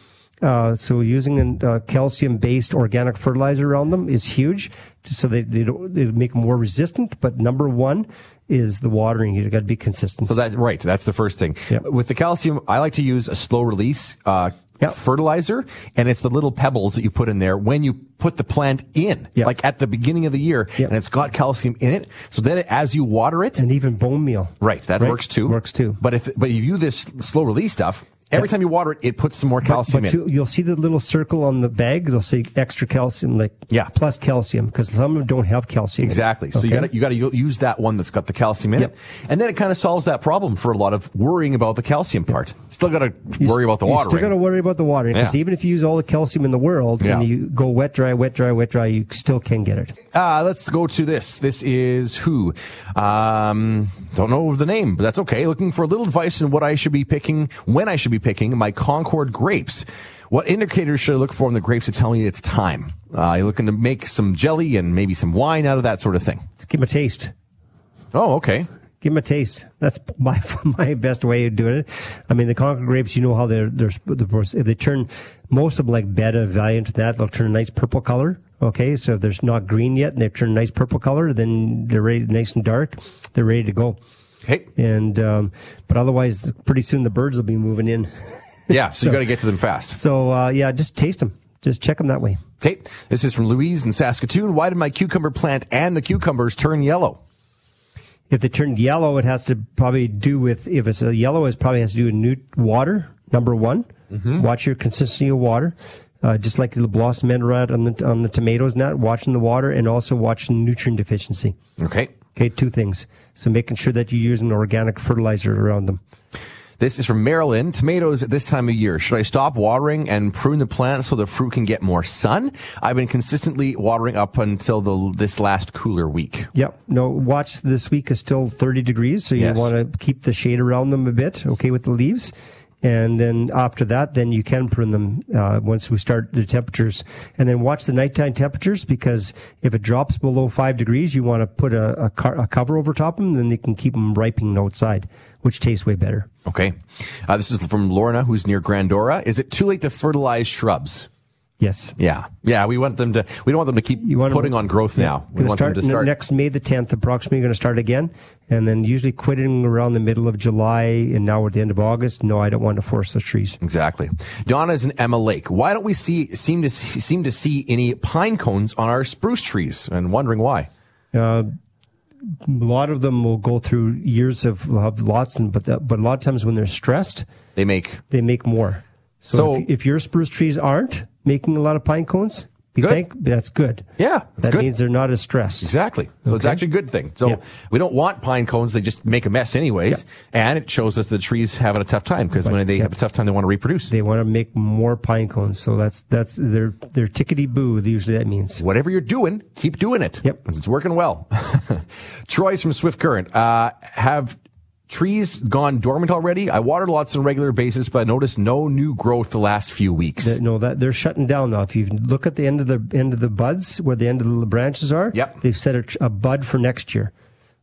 Uh, so using an uh, calcium-based organic fertilizer around them is huge, just so they they, don't, they make them more resistant. But number one is the watering. You got to be consistent.
So that's right. That's the first thing. With the calcium, I like to use a slow release uh, fertilizer, and it's the little pebbles that you put in there when you put the plant in, like at the beginning of the year, and it's got calcium in it. So then, it, as you water it,
and even bone meal,
right? That
Right.
works too. Works too. But if but if you do this slow release stuff, every time you water it, it puts some more calcium
But
in.
you, you'll see the little circle on the bag. It'll say extra calcium, like yeah. plus calcium, because some of them don't have calcium. in it.
Exactly. So
Okay?
you got to you got to use that one that's got the calcium in it, and then it kind of solves that problem for a lot of worrying about the calcium part. Still got to
You
worry
s-
about the
You still
watering.
got to worry about the watering because
Yeah.
even if you use all the calcium in the world
Yeah.
and you go wet, dry, wet, dry, wet, dry, you still can get it.
Uh, let's go to this. This is who? Um, don't know the name, but that's okay. Looking for a little advice on what I should be picking, when I should be picking my Concord grapes. What indicators should I look for in the grapes to tell me it's time? Uh, you're looking to make some jelly and maybe some wine out of that sort of thing. Let's
give them a taste.
Oh, okay.
Give them a taste. That's my my best way of doing it. I mean, the Concord grapes, you know how they're they're sp- the process- if they turn most of them like beta valiant to that, they'll turn a nice purple color. Okay, so if they're not green yet and they've turned a nice purple color, then they're ready, nice and dark. They're ready to go.
Okay.
And um, but otherwise, pretty soon the birds will be moving in.
Yeah, so,
So-
you got to get to them fast.
so uh, yeah, just taste them. Just check them that way.
Okay. This is from Louise in Saskatoon. Why did my cucumber plant and the cucumbers turn yellow?
if they turned yellow, it has to probably do with if it's a yellow, it probably has to do with new water. Number one, watch your consistency of water. Uh, just like the blossom end rot on the on the tomatoes, not watching the water and also watching nutrient deficiency.
Okay.
Okay, two things. So making sure that you're using organic fertilizer around them.
This is from Maryland. Tomatoes at this time of year. Should I stop watering and prune the plant so the fruit can get more sun? I've been consistently watering up until the this last cooler week.
Yep. No, watch this week is still 30 degrees, so you
Yes.
want to keep the shade around them a bit, okay, with the leaves. And then after that, then you can prune them uh, once we start the temperatures. And then watch the nighttime temperatures because if it drops below five degrees, you want to put a, a, car, a cover over top of them, then they can keep them ripening outside, which tastes way better.
Okay. Uh, this is from Lorna, who's near Grandora. Is it too late to fertilize shrubs?
Yes.
Yeah. Yeah. We want them to, we don't want them to keep putting on growth now. We
Gonna
want
start,
them to start.
n- next May the 10th, approximately, going to start again. And then usually quitting around the middle of July, and now we're at the end of August. No, I don't want to force those trees.
Exactly. Donna's and Emma Lake. Why don't we see, seem to, see- seem to see any pine cones on our spruce trees and wondering why?
Uh, a lot of them will go through years of, of lots, and but that, but a lot of times when they're stressed,
They make
they make more. So,
So-
if, if your spruce trees aren't making a lot of pine cones, be
Good.
thank- that's good.
Yeah,
that means they're not as stressed.
Exactly. So it's actually a good thing. So we don't want pine cones. They just make a mess anyways. And it shows us the trees having a tough time because when they have a tough time, they want to reproduce.
They want to make more pine cones, so that's that's their their tickety boo. Usually that means
whatever you're doing, keep doing it. Yep. It's working well. Troy's from Swift Current. Uh, have trees gone dormant already? I watered lots on a regular basis, but I noticed no new growth the last few weeks.
That- no, that they're shutting down now. If you look at the end of the end of the buds, where the end of the branches are, yep. they've set a, tr- a bud for next year.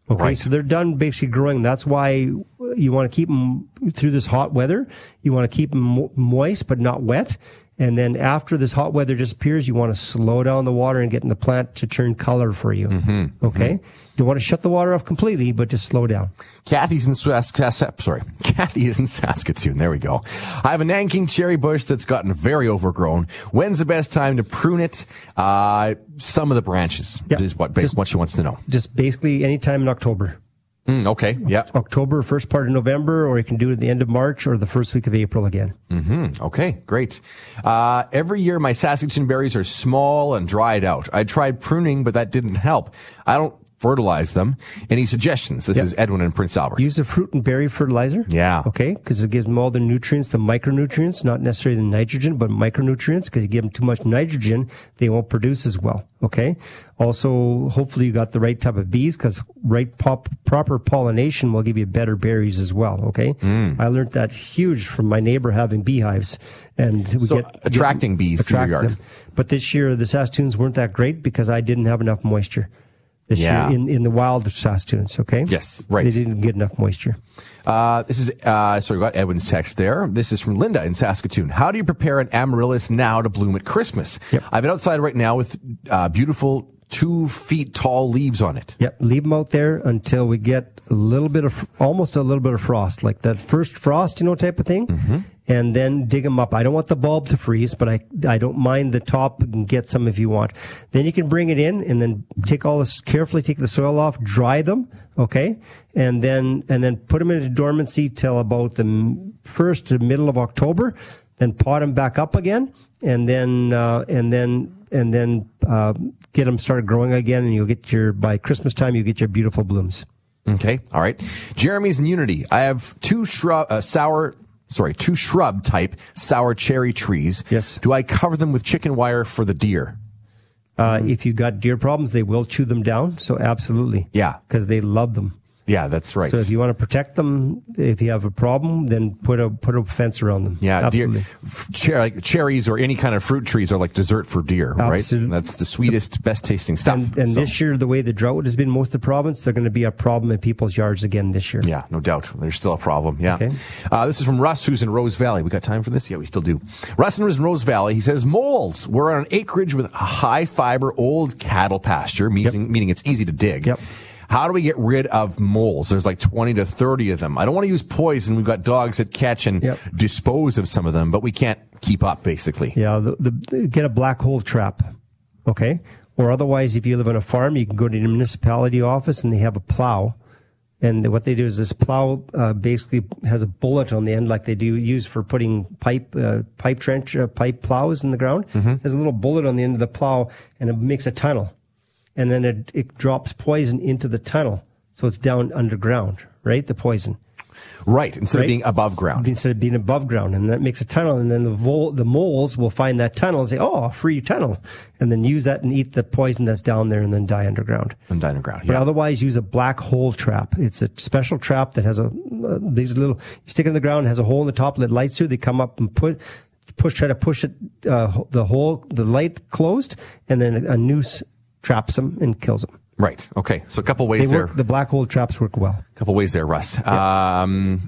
Okay,
Right.
so they're done basically growing. That's why you want to keep them through this hot weather. You want to keep them mo- moist but not wet. And then after this hot weather disappears, you want to slow down the water and getting the plant to turn color for you.
Mm-hmm.
Okay, don't want to shut the water off completely, but just slow down.
Kathy's in Saskatoon. Sorry, Kathy is in Saskatoon. There we go. I have a Nanking cherry bush that's gotten very overgrown. When's the best time to prune it? Uh, some of the branches is what, what she wants to know.
Just basically any time in October.
Mm, okay. Yeah.
October, first part of November, or you can do it at the end of March or the first week of April again.
Mm-hmm. Okay, great. Uh, every year, my Saskatoon berries are small and dried out. I tried pruning, but that didn't help. I don't fertilize them. Any suggestions? This is Edwin and Prince Albert.
Use the fruit and berry fertilizer.
Yeah.
Okay, because it gives them all the nutrients, the micronutrients, not necessarily the nitrogen, but micronutrients, because you give them too much nitrogen, they won't produce as well. Okay. Also, hopefully you got the right type of bees, because right pop, proper pollination will give you better berries as well. Okay.
Mm.
I learned that huge from my neighbor having beehives, and we
So,
get
attracting
get-
bees to your
attract
yard.
them. But this year the Saskatoons weren't that great because I didn't have enough moisture this
Yeah.
year in, in the wild Saskatoons. Okay.
Yes, right.
They didn't get enough moisture.
Uh, this is, uh, sorry, we got Edwin's text there. This is from Linda in Saskatoon. How do you prepare an amaryllis now to bloom at Christmas? I've been outside right now with uh, beautiful two feet tall leaves on it.
Yep. Leave them out there until we get a little bit of, almost a little bit of frost, like that first frost, you know, type of thing.
Mm-hmm.
And then dig them up. I don't want the bulb to freeze, but I, I don't mind the top and get some if you want. Then you can bring it in and then take all this carefully, take the soil off, dry them. Okay. And then, and then put them into dormancy till about the m- first to middle of October. Then pot them back up again and then, uh, and then and then uh, get them started growing again, and you'll get your by Christmas time you get your beautiful blooms.
Okay. All right. Jeremy's in Unity. I have two shrub, uh, sour, sorry, two shrub type sour cherry trees. Yes. Do I cover them with chicken wire for the deer?
Uh, If you got deer problems, they will chew them down. So absolutely,
Yeah.
because they love them.
Yeah, that's right.
So if you want to protect them, if you have a problem, then put a put a fence around them.
yeah,
absolutely.
deer, f- cher- like cherries or any kind of fruit trees are like dessert for deer,
Absolute-
right? That's the sweetest, best tasting stuff.
And
So-
this year, the way the drought has been most of the province, they're going to be a problem in people's yards again this year.
Yeah, no doubt. There's still a problem. Yeah. Uh, this is from Russ, who's in Rose Valley. We got time for this? Yeah, we still do. Russ is in Rose Valley. He says moles were on an acreage with a high fiber old cattle pasture, meaning, meaning it's easy to dig. Yep. How do we get rid of moles? There's like 20 to 30 of them. I don't want to use poison. We've got dogs that catch and dispose of some of them, but we can't keep up basically.
Yeah, the, the, get a black hole trap, okay? Or otherwise, if you live on a farm, you can go to the municipality office and they have a plow. And what they do is this plow uh, basically has a bullet on the end, like they do use for putting pipe, uh, pipe trench, uh, pipe plows in the ground.
Mm-hmm.
There's a little bullet on the end of the plow, and it makes a tunnel, and then it, it drops poison into the tunnel, so it's down underground, right? The poison.
Right. Instead of
Right.
being above ground.
Instead of being above ground, and that makes a tunnel, and then the vol- the moles will find that tunnel and say, "Oh, a free tunnel," and then use that and eat the poison that's down there, and then die underground.
And die underground.
But otherwise, use a black hole trap. It's a special trap that has a uh, these little you stick it in the ground, it has a hole in the top that lights through. They come up and put push try to push it uh, the hole the light closed, and then a noose traps them and kills them.
Right. Okay. So a couple
They
ways there.
work, the black hole traps work well.
couple ways there, Russ. Um,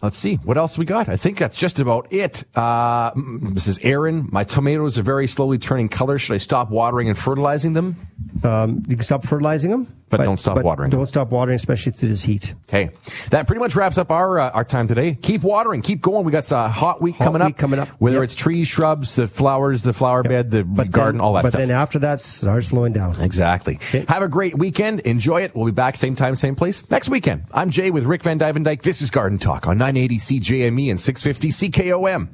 let's see what else we got. I think that's just about it. Uh, mm, this is Aaron. My tomatoes are very slowly turning color. Should I stop watering and fertilizing them?
Um, you can stop fertilizing them,
But don't stop watering
Don't stop watering, especially through this heat.
Okay, that pretty much wraps up our uh, our time today. Keep watering, keep going. We got a hot week coming up. Coming up, whether it's trees, shrubs, the flowers, the flower bed, the garden, all that
but
stuff.
then after that, start slowing down.
Exactly. Have a great weekend. Enjoy it. We'll be back same time, same place next E weekend. I'm Jay with Rick Van Dyven Dyke. This is Garden Talk on 980 CJME and 650 CKOM.